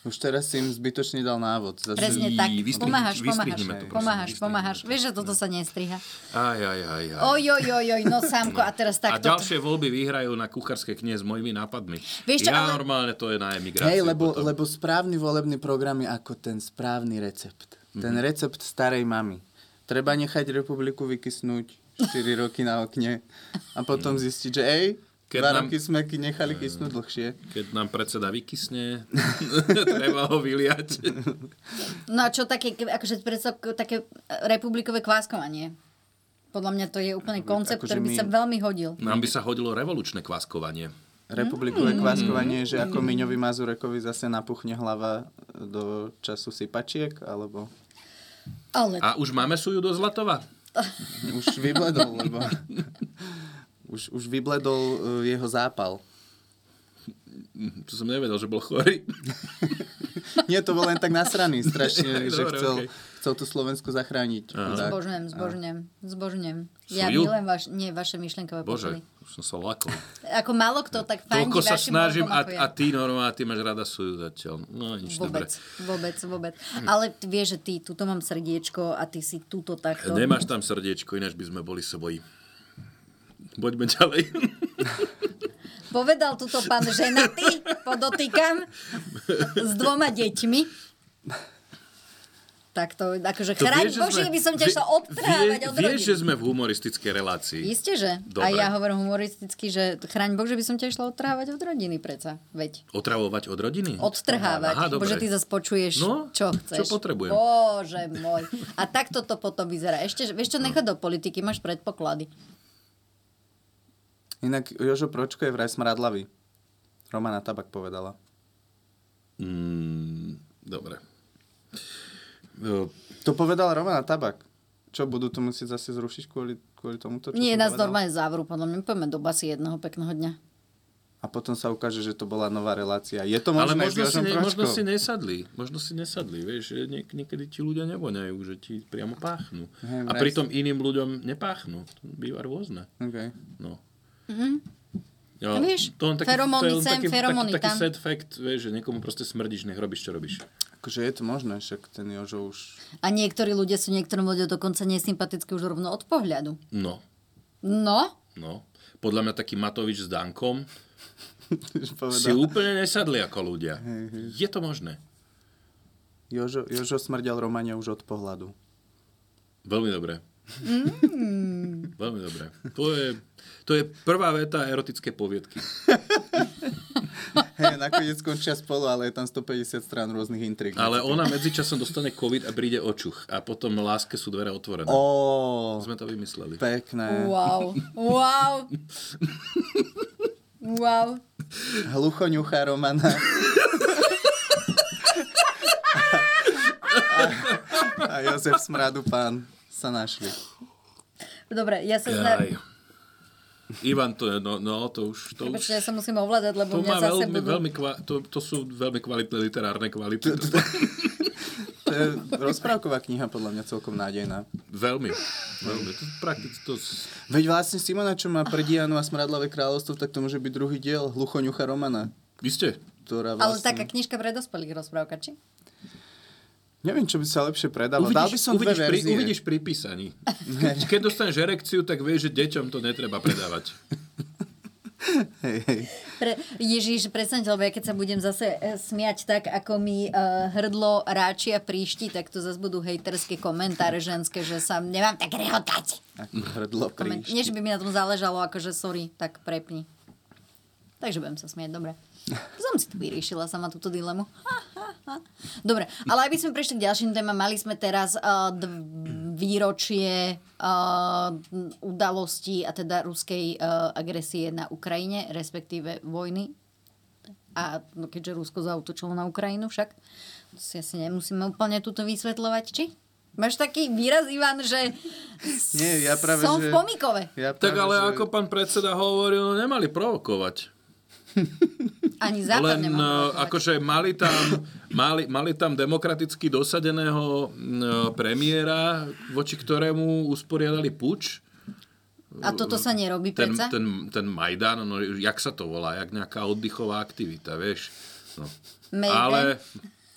Speaker 2: Už teraz si im zbytočne dal návod. Zase...
Speaker 1: Presne tak.
Speaker 3: vystrihni-
Speaker 1: Pomáhaš, pomáhaš,
Speaker 3: vystrihnime to, prosím,
Speaker 1: pomáhaš,
Speaker 3: vystrihnime
Speaker 1: pomáhaš. Vieš, že toto sa nestriha.
Speaker 3: Aj, aj, aj, aj.
Speaker 1: Oj, oj, oj, oj, no Samko, a teraz
Speaker 3: a
Speaker 1: takto.
Speaker 3: ďalšie voľby vyhrajú na kuchárske knie s mojimi nápadmi.
Speaker 1: Vieš čo,
Speaker 3: ja
Speaker 1: ale-
Speaker 3: normálne to je na emigráciu.
Speaker 2: Hej, lebo,
Speaker 3: potom.
Speaker 2: lebo správny volebný program je ako ten správny recept. Ten
Speaker 3: Mhm.
Speaker 2: recept starej mamy. Treba nechať republiku vykysnúť 4 roky na okne a potom zistiť, že ej,
Speaker 3: Mhm. Keď
Speaker 2: 2
Speaker 3: nám-
Speaker 2: roky sme ki- nechali kysnúť dlhšie.
Speaker 3: Keď nám predseda vykysne, treba ho vyliať.
Speaker 1: No a čo také, ke- akože predstav, k- také republikové kváskovanie. Podľa mňa to je úplný koncept,
Speaker 2: akože
Speaker 1: ktorý by
Speaker 2: my-
Speaker 1: sa veľmi hodil.
Speaker 3: Nám by sa hodilo revolučné kváskovanie.
Speaker 2: Republikové
Speaker 3: Mhm.
Speaker 2: kváskovanie, že ako Miňovi Mazurekovi zase napuchne hlava do času sypačiek, alebo
Speaker 1: Ale
Speaker 3: A už máme suju do Zlatova?
Speaker 2: už vybledol, lebo už, už vybledol e, jeho zápal.
Speaker 3: To som nevedel, že bol chorý.
Speaker 2: Nie, to bol len tak nasraný strašne, že
Speaker 3: Dobre,
Speaker 2: chcel,
Speaker 3: okej.
Speaker 2: chcel to Slovensko zachrániť. chudák.
Speaker 1: zbožňujem, zbožňujem, zbožňujem. Ja
Speaker 3: Suju?
Speaker 1: milujem vaš, nie, vaše myšlienkové pochody.
Speaker 3: Bože, už som sa lakol.
Speaker 1: Ako málo kto tak fandí
Speaker 3: Toľko sa
Speaker 1: vašim
Speaker 3: snažím
Speaker 1: mozgom
Speaker 3: a,
Speaker 1: ako
Speaker 3: a
Speaker 1: ja.
Speaker 3: ty normálne, ty máš rada suju zatiaľ. No nič, dobre. Hm.
Speaker 1: Vôbec, vôbec, vôbec. Ale t- vieš, že ty, tuto mám srdiečko a ty si tuto takto.
Speaker 3: Nemáš tam srdiečko, ináč by sme boli soboji. Poďme ďalej.
Speaker 1: Povedal tuto pán ženatý, podotýkam, s dvoma deťmi. Tak to, akože
Speaker 3: To
Speaker 1: chráň
Speaker 3: vieš, že
Speaker 1: Bože,
Speaker 3: sme-
Speaker 1: by som ťa
Speaker 3: vie-
Speaker 1: išla obtrhávať
Speaker 3: vie-
Speaker 1: od
Speaker 3: Vieš, že
Speaker 1: rodiny.
Speaker 3: sme v humoristickej relácii.
Speaker 1: Isté, že? A
Speaker 3: Dobre.
Speaker 1: ja hovorím humoristicky, že chráň Bože, by som ťa išla odtrhávať od rodiny, preca. Veď.
Speaker 3: Otravovať od rodiny?
Speaker 1: Odtrhávať.
Speaker 3: Aha, dobre.
Speaker 1: Bože, ty zase počuješ,
Speaker 3: No,
Speaker 1: čo
Speaker 3: čo
Speaker 1: chceš.
Speaker 3: potrebujem.
Speaker 1: Bože môj. A takto to potom vyzerá. Ešte, že- vieš čo, nechá do politiky, máš predpoklady.
Speaker 2: Inak Jožo Pročko je vraj smradlavý. Romana Tabak povedala.
Speaker 3: Mm, dobre. No,
Speaker 2: To povedal Romana Tabak. Čo, budú to musieť zase zrušiť kvôli, kvôli tomuto? Čo
Speaker 1: Nie,
Speaker 2: som
Speaker 1: nás
Speaker 2: povedal?
Speaker 1: normálne závru, podľa mňa. Poďme do basy jedného pekného dňa.
Speaker 2: A potom sa ukáže, že to bola nová relácia. Je to
Speaker 3: Ale
Speaker 2: možné s
Speaker 3: možno si,
Speaker 2: Jožom
Speaker 3: ne,
Speaker 2: Pročkom?
Speaker 3: možno si nesadli. Možno si nesadli, vieš. že Niek- niekedy ti ľudia nevoňajú, že ti priamo páchnú.
Speaker 2: Hej,
Speaker 3: A
Speaker 2: vraj
Speaker 3: pritom iným ľuďom nepáchnú. To Býva rôzne.
Speaker 2: okay.
Speaker 3: No.
Speaker 1: A
Speaker 3: Jo,
Speaker 1: Mhm. vieš,
Speaker 3: to len taký,
Speaker 1: feromóny
Speaker 3: to je len
Speaker 1: sem,
Speaker 3: taký,
Speaker 1: feromóny
Speaker 3: taký, taký
Speaker 1: tam.
Speaker 3: sad fact, vieš, že niekomu proste smrdíš, nech robíš, čo robíš.
Speaker 2: Akože je to možné, však ten Jožo už...
Speaker 1: A niektorí ľudia sú niektorom ľudia dokonca nesympatickí už rovno od pohľadu.
Speaker 3: No,
Speaker 1: No,
Speaker 3: no. Podľa mňa taký Matovič s Dankom
Speaker 2: že
Speaker 3: si
Speaker 2: povedal.
Speaker 3: úplne nesadli ako ľudia. Je to možné.
Speaker 2: Jožo, Jožo smrdel Romania už od pohľadu.
Speaker 3: Veľmi dobré.
Speaker 1: Mm.
Speaker 3: Veľmi dobré. To je, to je prvá veta erotické poviedky.
Speaker 2: Hej, nakoniec skončia spolu, ale je tam 150 strán rôznych intrik.
Speaker 3: Ale ona medzičasom dostane COVID a príde očuch. A potom láske sú dvere otvorené.
Speaker 2: Ó,
Speaker 3: Sme to vymysleli. Eh.
Speaker 2: pekné.
Speaker 1: wow, wow. Wow.
Speaker 2: Hluchoňucha Romana. A Jozef Smradu pán sa našli.
Speaker 1: Dobre, ja sa zna...
Speaker 3: Jaj. Ivan, to je, no, no to už... To
Speaker 1: Prepačte, ja
Speaker 3: už
Speaker 1: sa musím ovládať, lebo
Speaker 3: to,
Speaker 1: mňa
Speaker 3: má
Speaker 1: zase
Speaker 3: veľmi,
Speaker 1: budú...
Speaker 3: veľmi kva- to, to sú veľmi kvalitné literárne kvality.
Speaker 2: to je rozprávková kniha, podľa mňa celkom nádejná.
Speaker 3: Veľmi. Veľmi. To, prakticky to... s-
Speaker 2: Veď vlastne Simona, čo má Predianu a Smradlavé kráľovstvo, tak to môže byť druhý diel Hluchoňucha Romana,
Speaker 3: Isté.
Speaker 1: Ale
Speaker 2: ktorá vlastne...
Speaker 1: taká knižka pre dospelých rozprávka, či?
Speaker 2: Neviem, čo by sa lepšie predalo. Dal by
Speaker 3: Uvidíš,
Speaker 2: som
Speaker 3: uvidíš,
Speaker 2: dve
Speaker 3: pri,
Speaker 2: verzie.
Speaker 3: uvidíš pri písaní. Keď dostaneš erekciu, tak vieš, že deťom to netreba predávať.
Speaker 2: Hej, hej.
Speaker 1: Pre, Ježiš, predstavte, lebo ja keď sa budem zase e, smiať tak, ako mi e, hrdlo ráčia príšti, tak to zase budú hejterské komentáre ženské, že sa nemám tak rehotať.
Speaker 2: Ako hrdlo
Speaker 1: Koment-
Speaker 2: príš.
Speaker 1: Nie, že by mi na tom záležalo, akože sorry, tak prepni. Takže budem sa smieť, dobre. Som si tu vyriešila sama túto dilemu. Ha, ha, ha. Dobre, ale aby sme prešli k ďalším témam, mali sme teraz uh, dv- výročie uh, udalosti a teda ruskej uh, agresie na Ukrajine, respektíve vojny. A no, keďže Rusko zautočilo na Ukrajinu však, to si asi nemusíme úplne tuto vysvetľovať, či? Máš taký výraz, Ivan, že
Speaker 2: Nie, ja práve,
Speaker 1: som
Speaker 2: že...
Speaker 1: v pomikove.
Speaker 2: Ja
Speaker 3: Tak ale
Speaker 2: že-
Speaker 3: ako pán predseda hovoril, nemali provokovať.
Speaker 1: Ani západ
Speaker 3: Len
Speaker 1: nemám.
Speaker 3: eh,
Speaker 1: ako...
Speaker 3: akože mali tam, mali, mali tam demokraticky dosadeného mm, premiéra, voči ktorému usporiadali puč.
Speaker 1: A toto sa nerobí,
Speaker 3: Ten,
Speaker 1: predsa?
Speaker 3: ten, ten Majdan, no, jak sa to volá, jak nejaká oddychová aktivita, vieš. No.
Speaker 1: Mejdan.
Speaker 3: Ale,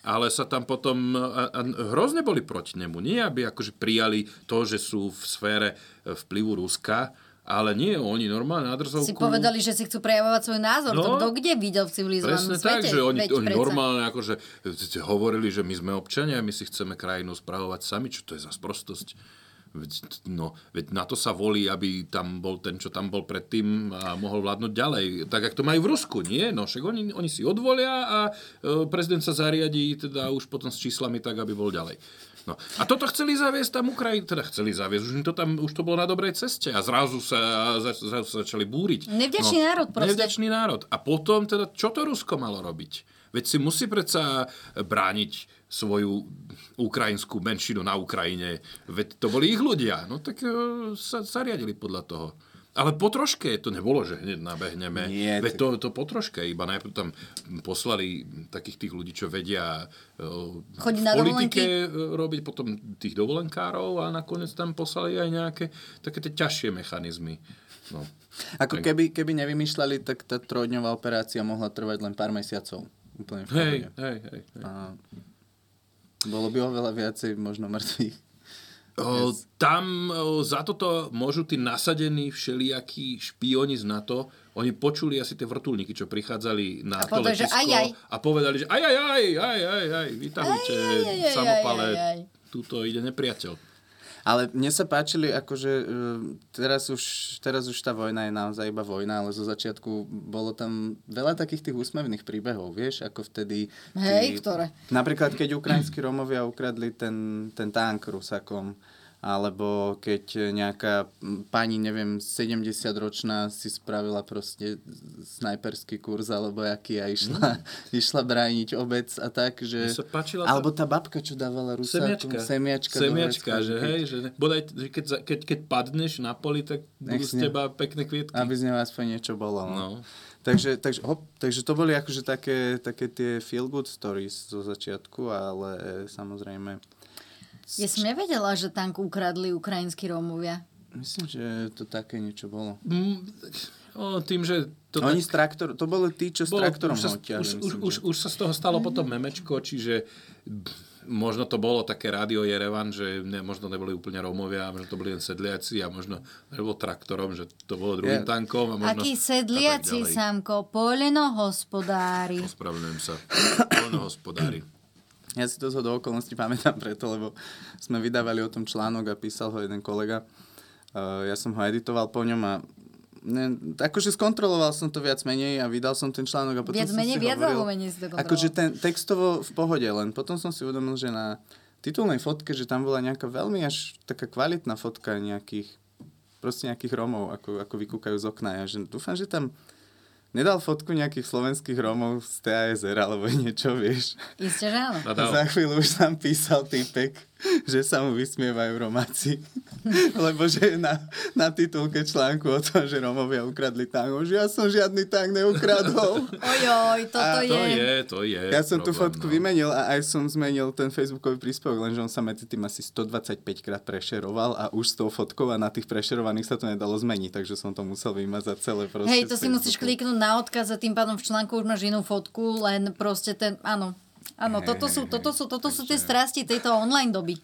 Speaker 3: ale sa tam potom e, a, a hrozne boli proti nemu. Nie, aby akože prijali to, že sú v sfére eh, vplyvu Ruska, ale nie, oni normálne na drzovku...
Speaker 1: Si povedali, že si chcú prejavovať svoj názor.
Speaker 3: No.
Speaker 1: to kto kde videl v civilizovanom
Speaker 3: Presne
Speaker 1: svete?
Speaker 3: tak, že oni,
Speaker 1: Veď
Speaker 3: oni
Speaker 1: predsa.
Speaker 3: normálne akože e, hovorili, že my sme občania, my si chceme krajinu spravovať sami, čo to je za sprostosť. Veď, t- no, veď na to sa volí, aby tam bol ten, čo tam bol predtým a mohol vládnuť ďalej. Tak, jak to majú v Rusku, nie? No, však oni, oni si odvolia a e, prezident sa zariadí teda už potom s číslami tak, aby bol ďalej. No. A toto chceli zaviesť tam Ukrajinu, teda chceli zaviesť, už, im to tam, už to bolo na dobrej ceste a zrazu sa, zač, zrazu sa začali búriť. No,
Speaker 1: Nevďačný národ proste.
Speaker 3: Nevďačný vďačný národ. A potom teda, čo to Rusko malo robiť? Veď si musí predsa brániť svoju ukrajinskú menšinu na Ukrajine. Veď to boli ich ľudia. No tak e, sa zariadili podľa toho. Ale po troške, to nebolo, že hneď nabehneme.
Speaker 2: Nie,
Speaker 3: Veď to, to po troške, iba najprv tam poslali takých tých ľudí, čo vedia e,
Speaker 1: Chodiť
Speaker 3: v
Speaker 1: na
Speaker 3: politike e, robiť, potom tých dovolenkárov a nakoniec tam poslali aj nejaké také tie ťažšie mechanizmy. No.
Speaker 2: Ako keby, keby nevymýšľali, tak tá trojdňová operácia mohla trvať len pár mesiacov. Úplne v
Speaker 3: Hej,
Speaker 2: pohode.
Speaker 3: hej, hej. hej.
Speaker 2: A bolo by oveľa viacej možno mŕtvych.
Speaker 3: O, tam o, za toto môžu tí nasadení všelijakí špioni z NATO. Oni počuli asi tie vrtulníky, čo prichádzali na
Speaker 1: A povedali, že
Speaker 3: to letisko
Speaker 1: aj, aj.
Speaker 3: a povedali, že aj, aj, aj, aj, aj, aj, vytahujte
Speaker 1: Aj, aj, aj, aj,
Speaker 3: samopale,
Speaker 1: aj, aj, aj.
Speaker 3: tuto ide nepriateľ.
Speaker 2: Ale mne sa páčili, akože ehm, teraz už, teraz už tá vojna je naozaj iba vojna, ale zo začiatku bolo tam veľa takých tých úsmevných príbehov, vieš, ako vtedy... tí-
Speaker 1: Hej, ktoré?
Speaker 2: Napríklad, keď ukrajinskí Romovia ukradli ten, ten tank Rusakom, alebo keď nejaká mm, pani, neviem, 70-ročná si spravila proste snajperský kurz, alebo aký a
Speaker 1: Mhm.
Speaker 2: išla, išla brániť obec a tak, že...
Speaker 3: Mne sa páčila tá-
Speaker 2: alebo tá babka, čo dávala Rusákom
Speaker 3: Semiačka.
Speaker 2: semiačka. do
Speaker 3: Semiačka,
Speaker 2: vrecka,
Speaker 3: že hej, že ne, bodaj, že keď, za- keď, keď padneš na poli, tak budú z
Speaker 2: sne.
Speaker 3: teba pekné kvietky.
Speaker 2: Aby z neho aspoň niečo bolo. No.
Speaker 3: No.
Speaker 2: Takže, takže, hop, takže to boli akože také, také tie feel good stories zo začiatku, ale e, samozrejme,
Speaker 1: Ja som nevedela, že tank ukradli ukrajinskí Rómovia.
Speaker 2: myslím, že to také niečo bolo.
Speaker 3: Mm, o, tým, že to
Speaker 2: To Oni tak... z traktor, to boli tí, čo s
Speaker 3: Bolo-
Speaker 2: traktorom
Speaker 3: už, sa,
Speaker 2: ho ťahli,
Speaker 3: už,
Speaker 2: myslím,
Speaker 3: už, už,
Speaker 2: že.
Speaker 3: už sa z toho stalo potom memečko, čiže pff, možno to bolo také rádio Jerevan, že ne, možno neboli úplne Rómovia, možno to boli len sedliaci a možno nebolo traktorom, že to bolo
Speaker 2: Ja-
Speaker 3: druhým tankom. A možno,
Speaker 1: Akí
Speaker 3: a
Speaker 1: sedliaci,
Speaker 3: tak ďalej.
Speaker 1: Samko, polenohospodári.
Speaker 3: Ospravedlňujem sa. Poľnohospodári.
Speaker 2: Ja si to zhodou okolností pamätám preto, lebo sme vydávali o tom článok a písal ho jeden kolega. Uh, ja som ho editoval po ňom a ne, akože skontroloval som to viac menej a vydal som ten článok a potom
Speaker 1: Viac
Speaker 2: som
Speaker 1: menej,
Speaker 2: si
Speaker 1: viac
Speaker 2: hovoril,
Speaker 1: alebo menej si to kontroloval?
Speaker 2: Akože ten textovo v pohode, len potom som si uvedomil, že na titulnej fotke, že tam bola nejaká veľmi až taká kvalitná fotka nejakých proste nejakých Romov, ako, ako vykúkajú z okna. Ja že dúfam, že tam nedal fotku nejakých slovenských Romov z TASR alebo niečo, vieš.
Speaker 1: Isté, že áno.
Speaker 3: Nadal.
Speaker 2: Za chvíľu už tam písal týpek, že sa mu vysmievajú Romáci. Lebo že na, na titulke článku o tom, že Romovia ukradli tango, že ja som žiadny tang neukradol.
Speaker 1: Ojoj, toto
Speaker 3: To je, to je.
Speaker 2: Ja som tú
Speaker 3: problém,
Speaker 2: fotku
Speaker 3: no.
Speaker 2: vymenil a aj som zmenil ten facebookový príspevok, lenže on sa medzi tým asi 125 krát prešeroval a už s tou fotkou a na tých prešerovaných sa to nedalo zmeniť, takže som to musel vymazať celé proste.
Speaker 1: Hej,
Speaker 2: z
Speaker 1: to si musíš kliknúť
Speaker 2: Facebooku.
Speaker 1: na odkaz a tým pádom v článku už máš inú fotku, len proste ten, áno. Áno,
Speaker 2: Hej,
Speaker 1: toto
Speaker 2: hej,
Speaker 1: sú,
Speaker 2: hej.
Speaker 1: toto sú, toto sú tie strasti tejto online doby.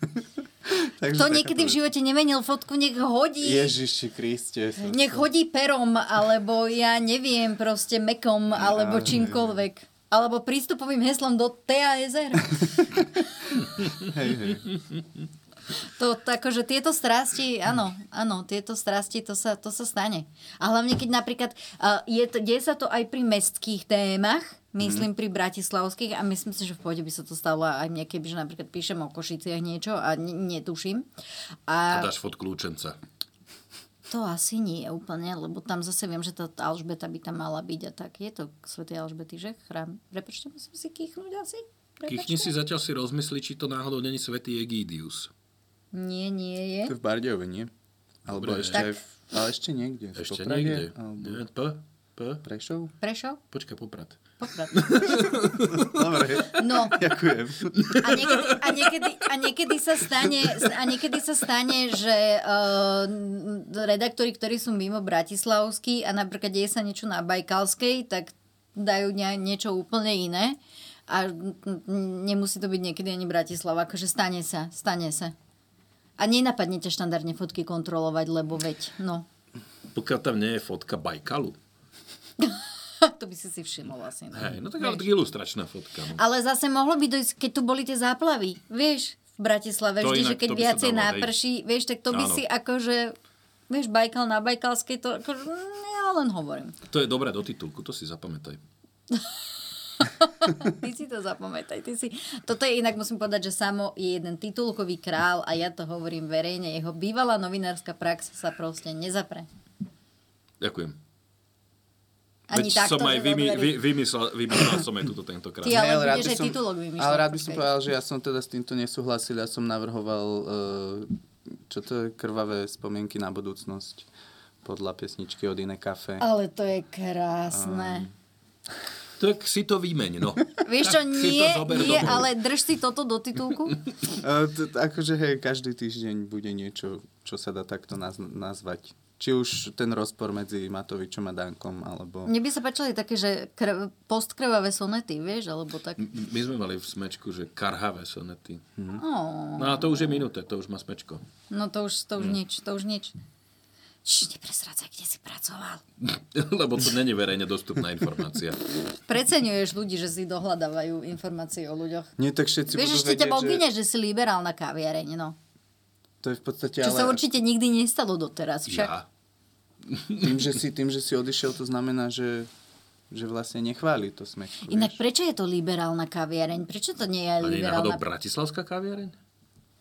Speaker 2: Takže
Speaker 1: Kto
Speaker 2: taká
Speaker 1: niekedy v
Speaker 2: to-
Speaker 1: živote nemenil fotku, nech hodí,
Speaker 2: Ježiši Kriste. som-
Speaker 1: nech hodí perom, alebo ja neviem, proste mekom, alebo
Speaker 2: Áno,
Speaker 1: čímkoľvek. Alebo prístupovým heslom do E TASR.
Speaker 2: Hej, hej.
Speaker 1: To, to akože tieto strasti, áno, áno, tieto strasti, to sa, to sa stane. A hlavne, keď napríklad, uh, je to, deje sa to aj pri mestských témach,
Speaker 2: Mhm.
Speaker 1: myslím pri bratislavských a myslím si, že v pôde by sa to stalo aj mne, keby, že napríklad píšem o Košiciach niečo a ne- netuším.
Speaker 3: A
Speaker 1: A
Speaker 3: dáš fotku Lučenca.
Speaker 1: to asi nie je úplne, lebo tam zase viem, že tá Alžbeta by tam mala byť a tak. Je to svätej Alžbety, že? Chrám. Prepačte, musím si kýchnuť asi?
Speaker 3: Kýchni si
Speaker 1: Prepačte.
Speaker 3: zatiaľ si rozmysli, či to náhodou není svätý Egídius.
Speaker 1: Nie, nie je.
Speaker 2: To je v Bardejove, nie? Alebo
Speaker 3: Dobre.
Speaker 2: ešte
Speaker 1: Tak.
Speaker 2: aj v, ale ešte niekde. V
Speaker 3: Ešte
Speaker 2: Poprade?
Speaker 3: niekde.
Speaker 2: Alebo
Speaker 3: Nie, P? P?
Speaker 2: Prešov?
Speaker 1: Prešov?
Speaker 3: Počkaj, poprad.
Speaker 1: Poprad.
Speaker 2: Dobre,
Speaker 1: No,
Speaker 2: ďakujem.
Speaker 1: A niekedy, a, niekedy, a niekedy sa stane, a niekedy sa stane že uh, redaktori, ktorí sú mimo bratislavskí a napríklad deje sa niečo na Bajkalskej, tak dajú ne, niečo úplne iné a mm, mm, nemusí to byť niekedy ani Bratislava, akože stane sa, stane sa. A nenapadne ťa štandardne fotky kontrolovať, lebo veď, no,
Speaker 3: Pokiaľ tam nie je fotka Bajkalu.
Speaker 1: to by si si všimol asi. No.
Speaker 3: Hej, no tak ale tak ilustračná fotka. No.
Speaker 1: Ale zase mohlo by dojsť, keď tu boli tie záplavy, vieš, v Bratislave,
Speaker 3: To
Speaker 1: vždy,
Speaker 3: inak,
Speaker 1: že keď
Speaker 3: to by sa
Speaker 1: viacej
Speaker 3: dalo, hej.
Speaker 1: náprší, vieš, tak to by
Speaker 3: Áno.
Speaker 1: si akože, vieš, Bajkal na Bajkalskej, to akože, mm, ja len hovorím.
Speaker 3: To je dobré do titulku, to si zapamätaj.
Speaker 1: Ty si to zapamätaj, ty si... Toto je inak, musím povedať, že Samo je jeden titulkový král a ja to hovorím verejne, jeho bývalá novinárska prax sa proste nezapre.
Speaker 3: Ďakujem.
Speaker 1: Ani
Speaker 3: Veď
Speaker 1: takto,
Speaker 3: som aj
Speaker 1: že do
Speaker 3: vymy,
Speaker 1: dverí.
Speaker 3: vy, vymyslel, vymyslel som aj túto tentokrát.
Speaker 1: Ty, ale
Speaker 2: Nie,
Speaker 1: budeš
Speaker 2: rád by
Speaker 1: aj titulok vymýšľať,
Speaker 2: Ale rád by som
Speaker 1: počkaj.
Speaker 2: povedal, že ja som teda s týmto nesúhlasil, ja som navrhoval, eh, čo to je, krvavé spomienky na budúcnosť podľa piesničky od Iné kafe.
Speaker 1: Ale to je krásne.
Speaker 3: Tak si to vymeň, no.
Speaker 1: Vieš čo,
Speaker 3: Tak si to
Speaker 1: nie,
Speaker 3: zober
Speaker 1: nie,
Speaker 3: domov.
Speaker 1: ale drž si toto do titulku.
Speaker 2: Eh, t- t- Akože hej, každý týždeň bude niečo, čo sa dá takto naz- nazvať. Či už ten rozpor medzi Matovičom a Dankom, alebo...
Speaker 1: Mne by sa páčili také, že krv, postkrvavé sonety, vieš, alebo tak.
Speaker 3: My sme mali v smečku, že karhavé sonety.
Speaker 1: No,
Speaker 3: No a to už je minúte, to už má smečko.
Speaker 1: no to už, to už
Speaker 3: Mhm.
Speaker 1: nič, to už nič. Čiže nepresrácaj, kde si pracoval.
Speaker 3: Lebo to není verejne dostupná informácia.
Speaker 1: Preceňuješ ľudí, že si dohľadávajú informácie o ľuďoch.
Speaker 2: Nie, tak všetci budú
Speaker 1: Vieš, ešte ťa
Speaker 2: vedieť, že...
Speaker 1: obvinia, že si liberálna kaviareň, no.
Speaker 2: To je v podstate
Speaker 1: Čo
Speaker 2: ale...
Speaker 1: sa určite nikdy nestalo doteraz však.
Speaker 3: Ja.
Speaker 2: Tým, že si, tým, že si odišiel, to znamená, že, že vlastne nechváli to smečko.
Speaker 1: Inak
Speaker 2: vieš.
Speaker 1: prečo je to liberálna kaviareň? Prečo to nie je
Speaker 3: A nie je náhodou
Speaker 1: liberálna
Speaker 3: bratislavská kaviareň?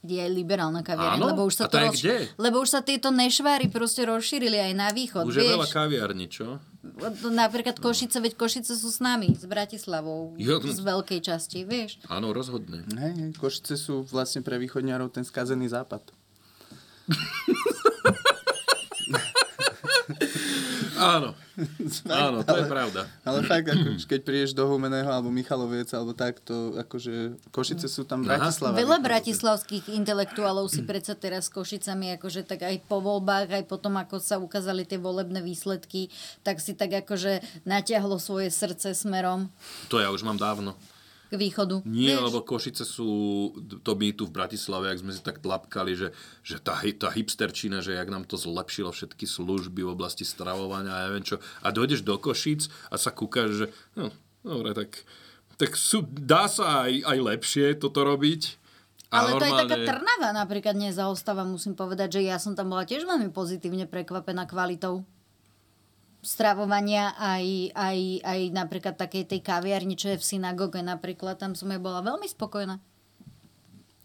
Speaker 1: je liberálna kaviareň,
Speaker 3: Áno?
Speaker 1: lebo už sa
Speaker 3: A to je
Speaker 1: rozš-
Speaker 3: kde?
Speaker 1: lebo už sa tieto nešváry proste rozšírili aj na východ,
Speaker 3: Už je
Speaker 1: vieš.
Speaker 3: veľa kaviarní, čo?
Speaker 1: Napríklad Košice, veď Košice sú s nami, s Bratislavou,
Speaker 3: Jo.
Speaker 1: z veľkej časti, vieš.
Speaker 3: Áno, rozhodne.
Speaker 2: Hej, hej, Košice sú vlastne pre východňarov ten skazený západ.
Speaker 3: Áno, áno, to je pravda.
Speaker 2: Ale fakt, ako, keď prídeš do Humeného alebo Michaloviec alebo tak, to akože Košice sú tam Bratislava.
Speaker 1: Veľa
Speaker 2: Michaloviec.
Speaker 1: bratislavských intelektuálov si predsa teraz s Košicami, akože tak aj po voľbách, aj potom, ako sa ukázali tie volebné výsledky, tak si tak akože natiahlo svoje srdce smerom
Speaker 3: To ja už mám dávno.
Speaker 1: k východu.
Speaker 3: Nie,
Speaker 1: vieš.
Speaker 3: lebo Košice sú, to my tu v Bratislave, ak sme si tak tlapkali, že, že tá, hy- tá hipsterčina, že jak nám to zlepšilo všetky služby v oblasti stravovania a ja viem čo. A dojdeš do Košic a sa kúkaš, že no, dobre, tak, tak sú, dá sa aj, aj lepšie toto robiť. A
Speaker 1: Ale to je taká
Speaker 3: normálne-
Speaker 1: Trnava napríklad nezaostáva, musím povedať, že ja som tam bola tiež veľmi pozitívne prekvapená kvalitou stravovania aj, aj, aj napríklad takej tej kaviarni, čo je v synagóge napríklad, tam som aj bola veľmi spokojná.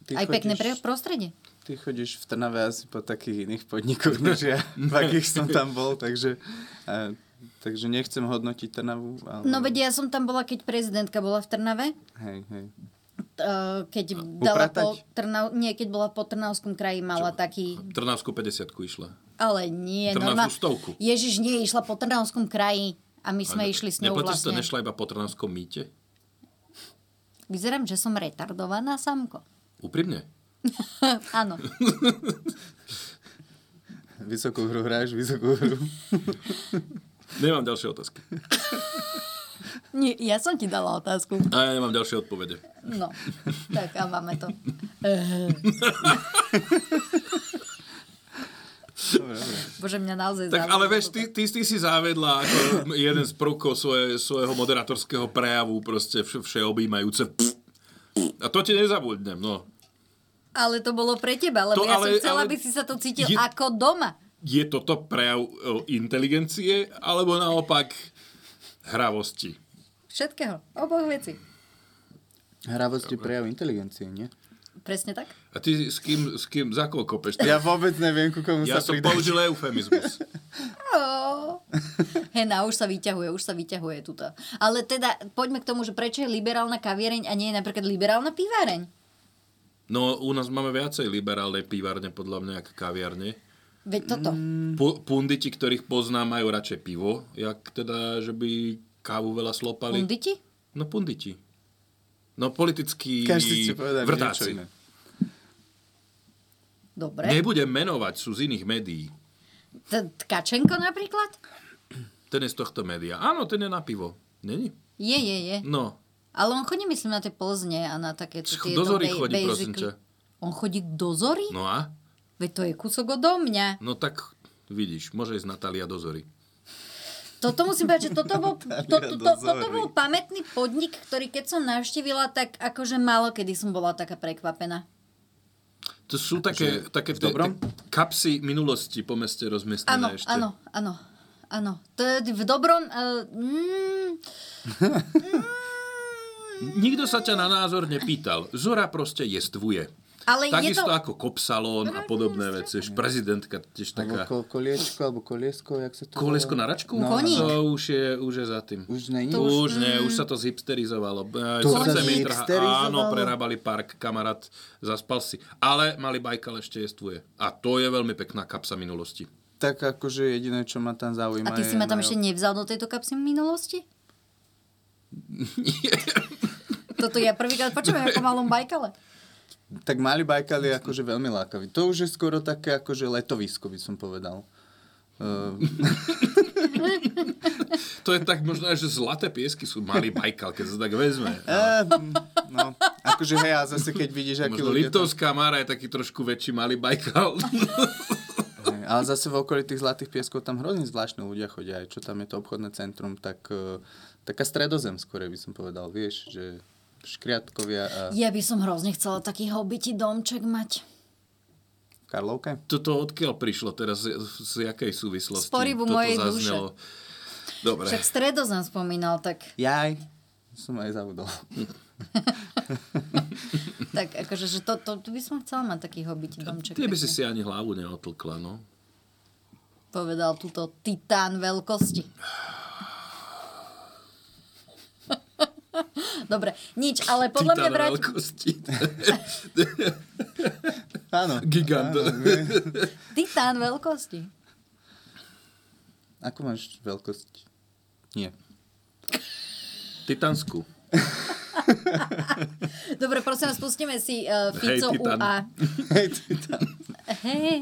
Speaker 2: Ty
Speaker 1: aj pekné pre-
Speaker 2: chodíš-
Speaker 1: prostredie.
Speaker 2: Ty chodíš v Trnave asi po takých iných podnikoch, než ja, v akých som tam bol, takže, a, takže nechcem hodnotiť Trnavu. Ale,
Speaker 1: No veď ja som tam bola, keď prezidentka bola v Trnave,
Speaker 2: Hej, hej.
Speaker 1: eh, keď dala
Speaker 2: upratať?
Speaker 1: po Trnau, nie, keď bola po Trnavskom kraji, mala taký
Speaker 3: Trnavskú 50 išla.
Speaker 1: Ale nie,
Speaker 3: Trnavskú
Speaker 1: normálne.
Speaker 3: stovku.
Speaker 1: Ježiš nie, išla po Trnavskom kraji a my sme išli s ňou
Speaker 3: Neplatí, že to
Speaker 1: vlastne.
Speaker 3: nešla iba po Trnavskom mýte?
Speaker 1: Vyzerám, že som retardovaná samko.
Speaker 3: Úprimne?
Speaker 1: Áno.
Speaker 2: Vysokú hru hráš, vysokú hru.
Speaker 3: Nemám ďalšie otázky.
Speaker 1: Nie, ja som ti dala otázku.
Speaker 3: A ja nemám ďalšie odpovede.
Speaker 1: No, tak a máme to. Bože, mňa naozaj
Speaker 3: Tak
Speaker 1: zaujíma
Speaker 3: ale vieš,
Speaker 1: toto.
Speaker 3: ty, ty, ty si závedla ako jeden z prvkov svoje, svojho moderatorského prejavu, proste vše, všeobjímajúce. A to ti nezabudnem, no.
Speaker 1: Ale to bolo pre teba, lebo
Speaker 3: To
Speaker 1: ja som
Speaker 3: ale-
Speaker 1: chcela,
Speaker 3: ale-
Speaker 1: aby si sa to cítil
Speaker 3: Je-
Speaker 1: ako doma.
Speaker 3: Je toto prejav e, inteligencie, alebo naopak hravosti?
Speaker 1: Všetkého, oboch veci.
Speaker 2: Hravosť je prejav inteligencie, nie?
Speaker 1: Presne tak?
Speaker 3: A ty s kým, s kým za koľko peš?
Speaker 2: Ja vôbec neviem, ku komu
Speaker 3: ja
Speaker 2: sa
Speaker 3: som
Speaker 2: pridať.
Speaker 3: použil eufemizmus.
Speaker 1: Hena, už sa vyťahuje, už sa vyťahuje tuto. Ale teda, poďme k tomu, že prečo je liberálna kaviareň a nie je napríklad liberálna piváreň.
Speaker 3: No, u nás máme viacej liberálnej pivárne, podľa mňa, ako kaviarne.
Speaker 1: Veď toto.
Speaker 3: Pu- punditi, ktorých poznám, majú radšej pivo, jak teda, že by kávu veľa slopali.
Speaker 1: Punditi?
Speaker 3: No punditi. No politickí
Speaker 2: Každý si povedal niečo
Speaker 3: vrtáci.
Speaker 2: iné.
Speaker 1: Dobre.
Speaker 3: Nebudem menovať, sú z iných médií.
Speaker 1: T- Tkačenko napríklad?
Speaker 3: Ten je z tohto média. Áno, ten je na pivo. Není?
Speaker 1: Je, je, je.
Speaker 3: No.
Speaker 1: Ale on chodí, myslím, na tie Plzne a na také...
Speaker 3: Čo,
Speaker 1: tie
Speaker 3: do Zory
Speaker 1: ba-
Speaker 3: chodí, prosím
Speaker 1: basically.
Speaker 3: ťa.
Speaker 1: On chodí do Zory? No.
Speaker 3: No a?
Speaker 1: Veď to je kúsok odo mňa.
Speaker 3: No tak vidíš, môže ísť Natália Dozory.
Speaker 1: Toto musím povedať, že toto bol, to, to, to,
Speaker 2: do
Speaker 1: toto
Speaker 2: Zory.
Speaker 1: bol pamätný podnik, ktorý keď som navštívila, tak akože málo kedy som bola taká prekvapená.
Speaker 3: To sú také, také
Speaker 2: v
Speaker 3: tie-
Speaker 2: dobrom?
Speaker 3: tie kapsy minulosti po meste
Speaker 1: Áno,
Speaker 3: rozmiestnené No, ešte.
Speaker 1: áno, áno, áno. To je v dobrom... Uh, mm,
Speaker 3: Nikto sa ťa na názor nepýtal. Zora proste jestvuje.
Speaker 1: ale je
Speaker 3: Takisto
Speaker 1: to... Mhm,
Speaker 3: ako Kopsalón a podobné veci. Ež prezidentka tiež
Speaker 2: Alebo
Speaker 3: taká...
Speaker 2: ko- koliečko, alebo koliesko, jak sa to...
Speaker 3: Kolesko na račku?
Speaker 1: No. Koník.
Speaker 3: To už je, už je za tým.
Speaker 2: Už není.
Speaker 3: To už, nie, už sa to zhipsterizovalo. Aj,
Speaker 2: To
Speaker 3: srdce
Speaker 1: sa
Speaker 3: mi trhá.
Speaker 2: zhipsterizovalo?
Speaker 3: Áno, prerábali park, kamarát, zaspal si. Ale malý Bajkal ešte jestvuje. A to je veľmi pekná kapsa minulosti.
Speaker 2: Tak akože jediné, čo ma tam zaujíma...
Speaker 1: A ty si
Speaker 2: je
Speaker 1: ma tam
Speaker 2: na-
Speaker 1: ešte nevzal do tejto kapsy minulosti? Toto ja prvýkrát počujem ako malom bajkale.
Speaker 2: Tak Mali Bajkal je akože veľmi lákavý. To už je skoro také akože letovisko, by som povedal. Uh,
Speaker 3: To je tak možno, aj, že zlaté piesky sú malý Bajkal, keď sa tak vezme.
Speaker 2: no, akože hej, a zase keď vidíš, aký
Speaker 3: Možno
Speaker 2: ľudia... tam-
Speaker 3: Liptovská Mara je taký trošku väčší malý Bajkal.
Speaker 2: Hej, Ale zase v okolí tých Zlatých pieskov tam hrozne zvláštne ľudia chodia. Aj čo tam je to obchodné centrum, tak uh, taká stredozem skôr by som povedal. Vieš, že škriatkovia a
Speaker 1: Ja by som hrozne chcela taký hobití domček mať.
Speaker 2: Karlovka.
Speaker 3: Toto odkiaľ prišlo teraz? Z, z jakej
Speaker 1: Z
Speaker 3: súvislosti?
Speaker 1: porivu
Speaker 3: toto
Speaker 1: mojej
Speaker 3: zaznelo? Dobre.
Speaker 1: Však stredo som spomínal, tak,
Speaker 2: Jaj, som aj zabudol.
Speaker 1: tak akože, že to, to, to by som chcela mať taký hobití domček.
Speaker 3: Ty by
Speaker 1: pekný.
Speaker 3: si si ani hlavu neotlkla, no.
Speaker 1: Povedal túto titán veľkosti. Dobre, nič, ale podľa mňa
Speaker 3: Titán
Speaker 1: vráť...
Speaker 3: veľkosti.
Speaker 2: Áno.
Speaker 3: Gigant.
Speaker 1: Titán veľkosti.
Speaker 2: Ako máš veľkosť? Nie.
Speaker 3: Titansku.
Speaker 1: Dobre, prosím vás, pustíme si uh,
Speaker 3: Hej,
Speaker 1: Fico
Speaker 3: Titan.
Speaker 1: UA.
Speaker 2: Hej, ty tam.
Speaker 1: Hej.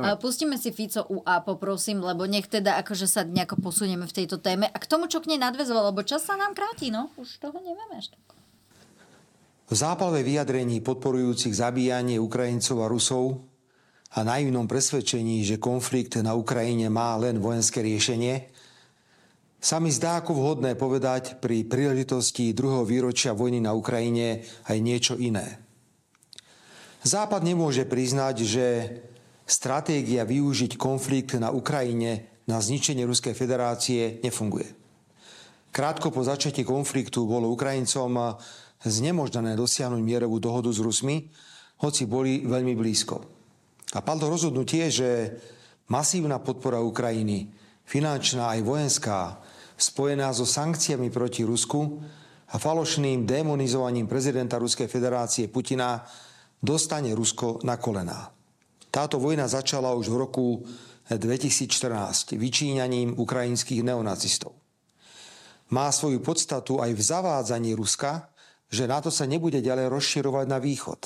Speaker 1: A pustíme si Fico UA, poprosím, lebo nech teda akože sa nejako posunieme v tejto téme. A k tomu, čo k nej nadväzoval, lebo čas sa nám kráti, no. Už toho nemáme až tak.
Speaker 6: V zápalve vyjadrení podporujúcich zabíjanie Ukrajincov a Rusov a naivnom presvedčení, že konflikt na Ukrajine má len vojenské riešenie, sa mi zdá ako vhodné povedať pri príležitosti druhého výročia vojny na Ukrajine aj niečo iné. Západ nemôže priznať, že stratégia využiť konflikt na Ukrajine na zničenie Ruskej federácie nefunguje. Krátko po začatí konfliktu bolo Ukrajincom znemožnené dosiahnuť mierovú dohodu s Rusmi, hoci boli veľmi blízko. A padlo rozhodnutie, že masívna podpora Ukrajiny, finančná aj vojenská, spojená so sankciami proti Rusku a falošným demonizovaním prezidenta Ruskej federácie Putina dostane Rusko na kolená. Táto vojna začala už v roku 2014 vyčíňaním ukrajinských neonacistov. Má svoju podstatu aj v zavádzaní Ruska, že NATO sa nebude ďalej rozširovať na východ.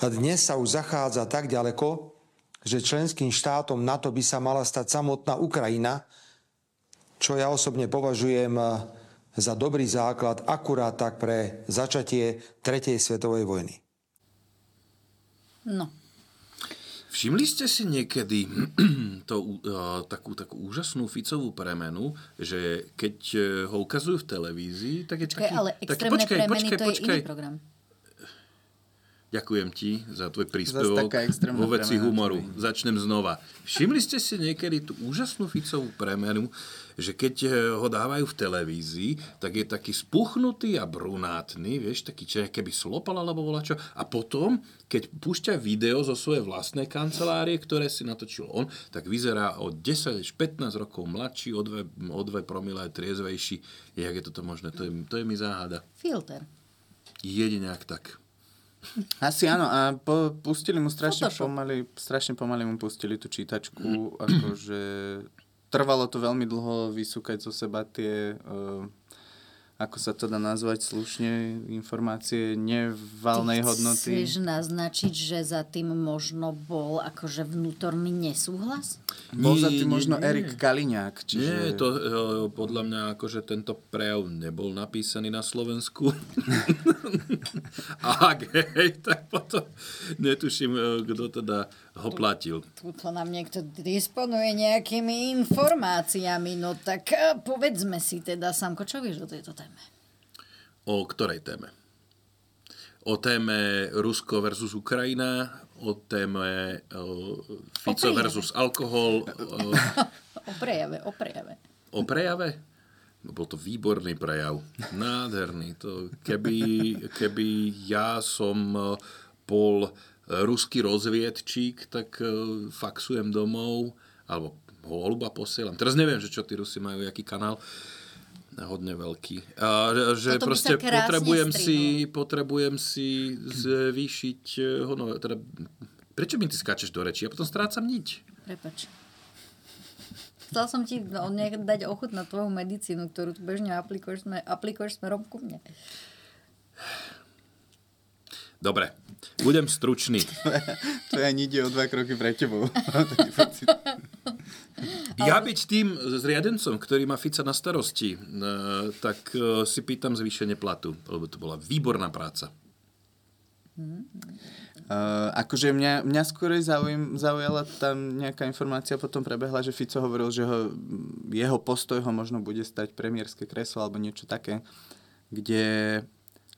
Speaker 6: A dnes sa už zachádza tak ďaleko, že členským štátom NATO by sa mala stať samotná Ukrajina, čo ja osobne považujem eh, za dobrý základ akurát tak pre začatie Tretej svetovej vojny.
Speaker 1: No,
Speaker 3: Všimli ste si niekedy to, uh, takú, takú úžasnú Ficovú premenu, že keď uh, ho ukazujú v televízii, tak je
Speaker 1: počkaj,
Speaker 3: taký...
Speaker 1: ale
Speaker 3: taký,
Speaker 1: extrémne premeny to je iný program.
Speaker 3: Ďakujem ti za tvoj príspevok
Speaker 2: taká extrémna
Speaker 3: vo veci
Speaker 2: premena,
Speaker 3: humoru.
Speaker 2: čo
Speaker 3: Začnem znova. Všimli ste si niekedy tú úžasnú Ficovú premenu, že keď eh, ho dávajú v televízii, tak je taký spuchnutý a brunátny, vieš, taký čo keby slopal alebo volačo. A potom, keď púšťa video zo svojej vlastnej kancelárie, ktoré si natočil on, tak vyzerá o 10 až 15 rokov mladší, o 2, o dve promile triezvejší. Jak je toto možné? To je, to je mi záhada.
Speaker 1: Filter.
Speaker 3: Jedine ak tak.
Speaker 2: Asi áno, a po, pustili mu strašne
Speaker 1: Photoshop.
Speaker 2: pomaly, strašne pomaly mu pustili tú
Speaker 3: Mm.
Speaker 2: čítačku, akože trvalo to veľmi dlho vysúkať zo seba tie, eh, ako sa to dá nazvať slušne, informácie nevalnej hodnoty.
Speaker 1: Chceš naznačiť, že za tým možno bol akože vnútorný nesúhlas?
Speaker 2: Bol za
Speaker 3: Nie,
Speaker 2: tým
Speaker 3: nie,
Speaker 2: možno
Speaker 3: nie.
Speaker 2: Erik Kaliňák, čiže...
Speaker 3: Nie, to e, podľa mňa akože tento prejav nebol napísaný na Slovensku. A ak hej, tak potom netuším, e, kto teda ho platil.
Speaker 1: Tuto nám niekto disponuje nejakými informáciami, no tak eh, povedzme si teda, Samko, čo vieš o tejto téme?
Speaker 3: O ktorej téme? O téme Rusko versus Ukrajina, o téme e, Fico
Speaker 1: prejave.
Speaker 3: versus alkohol, e,
Speaker 1: O prejave, o prejave.
Speaker 3: o prejave? No, bol to výborný prejav. Nádherný. To, keby, keby ja som eh, bol eh, ruský rozviedčík, tak eh, faxujem domov, alebo ho olba posielam. Teraz neviem, že čo tí Rusi majú, aký kanál. Hodne veľký. A, že
Speaker 1: Toto by
Speaker 3: proste
Speaker 1: sa krásne
Speaker 3: potrebujem si, potrebujem si zvýšiť eh, honor. Teda, prečo mi ty skáčeš do reči? Ja potom strácam niť.
Speaker 1: Prepač. Chcel som ti no, nech- dať ochut na tvoju medicínu, ktorú tu bežne aplikuješ, sme, aplikuješ smerom ku mne.
Speaker 3: Dobre, budem stručný.
Speaker 2: To je ani ide o dva kroky pre tebou.
Speaker 3: Ja byť tým zriadencom, ktorý má Fica na starosti, e, tak e, si pýtam zvýšenie platu, lebo to bola výborná práca.
Speaker 2: Uh, akože mňa, mňa skôr zaujím, zaujala tam nejaká informácia, potom prebehla, že Fico hovoril, že ho, jeho postoj ho možno bude stať premiérske kreslo alebo niečo také, kde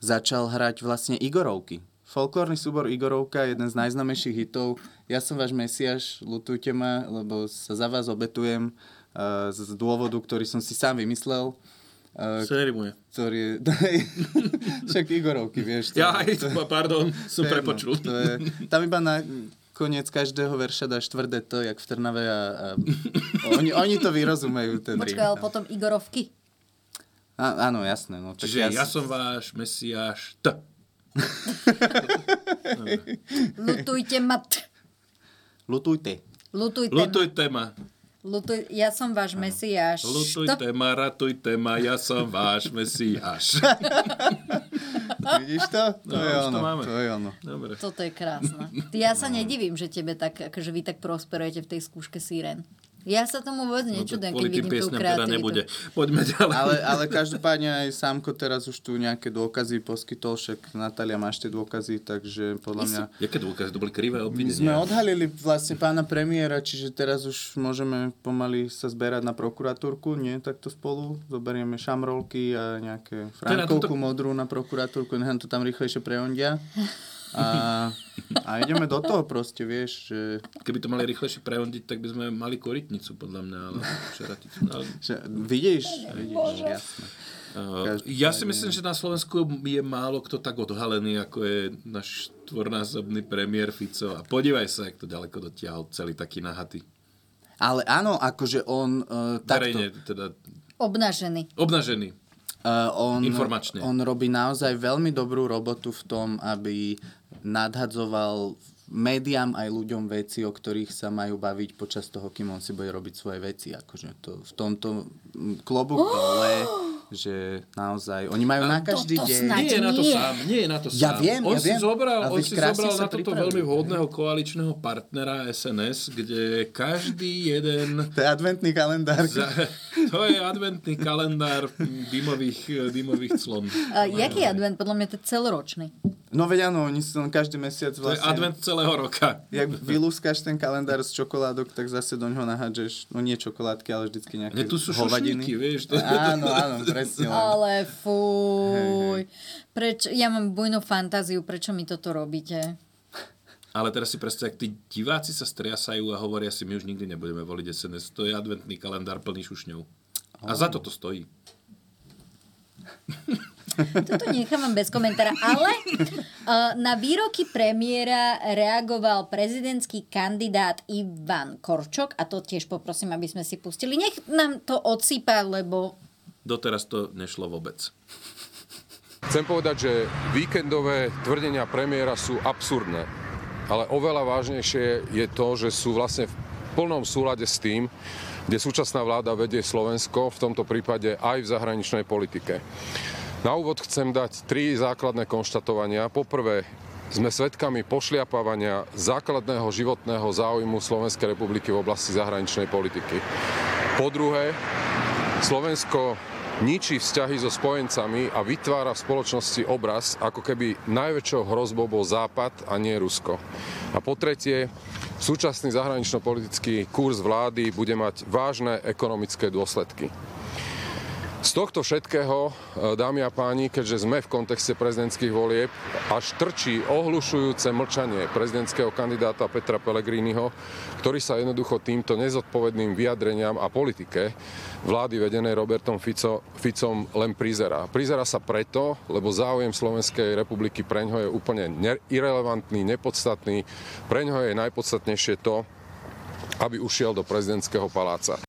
Speaker 2: začal hrať vlastne Igorovky. Folklórny súbor Igorovka, jeden z najznamejších hitov. Ja som váš mesiaš, lutujte ma, lebo sa za vás obetujem uh, z z dôvodu, ktorý som si sám vymyslel. Uh,
Speaker 3: Sa nerimuje.
Speaker 2: ktorý je... Však Igorovky, vieš. to-
Speaker 3: Ja, aj, pardon, som
Speaker 2: to je jedno,
Speaker 3: prepočul.
Speaker 2: To je, tam iba na koniec každého verša dáš tvrdé to, jak v Trnave a, a oni, oni to vyrozumejú. Ten no.
Speaker 1: Počkaj, ale potom Igorovky.
Speaker 2: a, áno, jasné. No, tak
Speaker 3: Čiže ja som váš mesiáš T.
Speaker 1: Lutujte ma. T.
Speaker 2: Lutujte.
Speaker 1: Lutujte ma.
Speaker 3: Lutujte ma,
Speaker 1: Lutuj, ja som váš mesiáš. To-
Speaker 3: lutujte ma, ratujte ma, ja som váš mesiáš.
Speaker 1: Ah.
Speaker 2: Vidíš to? To
Speaker 3: No,
Speaker 2: je
Speaker 3: už to
Speaker 2: ono.
Speaker 3: máme.
Speaker 2: To je ono.
Speaker 3: Dobre.
Speaker 1: Toto je krásne. Ty, Ja
Speaker 3: No.
Speaker 1: sa nedivím, že tebe tak, akože vy tak prosperujete v tej skúške síren. Ja sa tomu vôbec nečudujem, keď
Speaker 3: No, Kvôli tým
Speaker 1: vidím tú
Speaker 3: piesňam teda
Speaker 1: kreativitu.
Speaker 3: nebude. Poďme ďalej.
Speaker 2: Ale, ale každopádne aj Sámko teraz už tu nejaké dôkazy poskytol, však Natália máš tie dôkazy, takže podľa mňa...
Speaker 3: Jaké dôkazy? To boli krivé
Speaker 2: My sme
Speaker 3: obvinenia.
Speaker 2: odhalili vlastne pána premiéra, čiže teraz už môžeme pomaly sa zberať na prokuratúrku, nie takto spolu. Zoberieme šamrolky a nejaké frankovku
Speaker 3: Teda toto-
Speaker 2: modrú na prokuratúrku, nechám to tam rýchlejšie preondia. A, a ideme do toho proste, vieš, že,
Speaker 3: Keby to mali rýchlejšie prehodiť, tak by sme mali korytnicu, podľa mňa. Ale šaraticu. Ale
Speaker 2: že vidíš, vidíš, jasné.
Speaker 3: Uh, ja si myslím, že na Slovensku je málo kto tak odhalený, ako je náš štvornásobný premiér Fico. A podívaj sa, jak to ďaleko dotiahol celý taký nahatý.
Speaker 2: Ale áno, akože on uh, takto...
Speaker 3: Verejne, teda
Speaker 1: Obnažený.
Speaker 3: obnažený.
Speaker 2: Uh, on,
Speaker 3: Informačne.
Speaker 2: On robí naozaj veľmi dobrú robotu v tom, aby nadhadzoval médiám aj ľuďom veci, o ktorých sa majú baviť počas toho, kým on si bude robiť svoje veci. Akože to, v tomto mm, klobúk dole, že naozaj, oni majú na každý
Speaker 1: toto
Speaker 2: deň...
Speaker 1: snáď
Speaker 3: Nie je na to
Speaker 1: nie.
Speaker 3: sám, nie je na to sám.
Speaker 2: Ja viem,
Speaker 3: on
Speaker 2: ja
Speaker 3: si
Speaker 2: viem.
Speaker 3: zobral,
Speaker 2: A
Speaker 3: on
Speaker 2: vy
Speaker 3: si
Speaker 2: krásne
Speaker 3: zobral
Speaker 2: sa
Speaker 3: na toto
Speaker 2: pripravili.
Speaker 3: veľmi vhodného koaličného partnera SNS, kde každý jeden
Speaker 2: To je adventný kalendár.
Speaker 3: za, to je adventný kalendár dymových, dymových clon.
Speaker 1: A jaký je advent? Podľa mňa to je celoročný.
Speaker 2: No veď áno, oni si tam každý mesiac
Speaker 3: To je
Speaker 2: vlastne...
Speaker 3: advent celého roka.
Speaker 2: Jak vylúskaš ten kalendár z čokoládok, tak zase do ňoho nahádžeš, no nie čokoládky, ale vždycky nejaké
Speaker 3: Nie, tu sú šušníky,
Speaker 2: hovadiny.
Speaker 3: vieš. To,
Speaker 2: Áno, áno, presne. len.
Speaker 1: Ale fuj. Preč, ja mám bujnú fantáziu, prečo mi toto robíte?
Speaker 3: Ale teraz si predstav, ak tí diváci sa striasajú a hovoria si, my už nikdy nebudeme voliť SNS. To je adventný kalendár plný šušňov. A za to to stojí.
Speaker 1: Toto nechávam bez komentára, ale uh, na výroky premiéra reagoval prezidentský kandidát Ivan Korčok a to tiež poprosím, aby sme si pustili. Nech nám to odsýpa, lebo
Speaker 3: Doteraz to nešlo vôbec.
Speaker 7: Chcem povedať, že víkendové tvrdenia premiéra sú absurdné, ale oveľa vážnejšie je to, že sú vlastne v plnom súlade s tým, kde súčasná vláda vedie Slovensko, v tomto prípade aj v zahraničnej politike. Na úvod chcem dať tri základné konštatovania. Poprvé, sme svedkami pošliapávania základného životného záujmu Slovenskej republiky v oblasti zahraničnej politiky. Po druhé, Slovensko ničí vzťahy so spojencami a vytvára v spoločnosti obraz, ako keby najväčšou hrozbou bol Západ a nie Rusko. A po tretie, súčasný zahranično-politický kurz vlády bude mať vážne ekonomické dôsledky. Z tohto všetkého, e, dámy a páni, keďže sme v kontexte prezidentských volieb, až trčí ohlušujúce mlčanie prezidentského kandidáta Petra Pellegriniho, ktorý sa jednoducho týmto nezodpovedným vyjadreniam a politike vlády vedenej Robertom Fico, Ficom len prizerá. Prizerá sa preto, lebo záujem Slovenskej republiky preňho je úplne ne- irrelevantný, nepodstatný. Preňho je najpodstatnejšie to, aby ušiel do prezidentského paláca.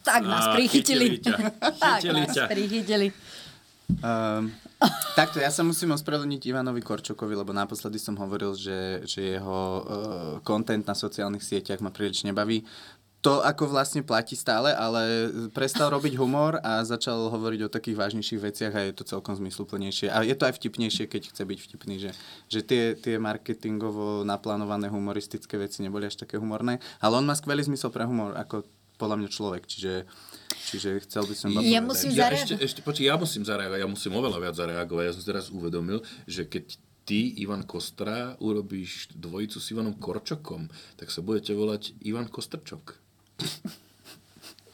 Speaker 1: tak nás
Speaker 3: Á,
Speaker 1: prichytili.
Speaker 3: chytili ťa.
Speaker 1: tak
Speaker 3: Chytili
Speaker 1: nás
Speaker 3: ťa.
Speaker 1: prichytili.
Speaker 2: Um, takto, ja sa musím ospravedlniť Ivanovi Korčokovi, lebo naposledy som hovoril, že, že jeho kontent uh, content na sociálnych sieťach ma príliš nebaví. To ako vlastne platí stále, ale prestal robiť humor a začal hovoriť o takých vážnejších veciach a je to celkom zmysluplnejšie. A je to aj vtipnejšie, keď chce byť vtipný, že, že tie, tie marketingovo naplánované humoristické veci neboli až také humorné. Ale on má skvelý zmysel pre humor, ako podľa mňa človek, čiže, čiže chcel by som vám
Speaker 1: Ja
Speaker 2: povedať.
Speaker 1: musím
Speaker 3: Ja
Speaker 1: zareagovať.
Speaker 3: ešte, ešte, počkaj, ja musím zareagovať, ja musím oveľa viac zareagovať. Ja som si teraz uvedomil, že keď ty, Ivan Kostra, urobíš dvojicu s Ivanom Korčokom, tak sa budete volať Ivan Kostrčok.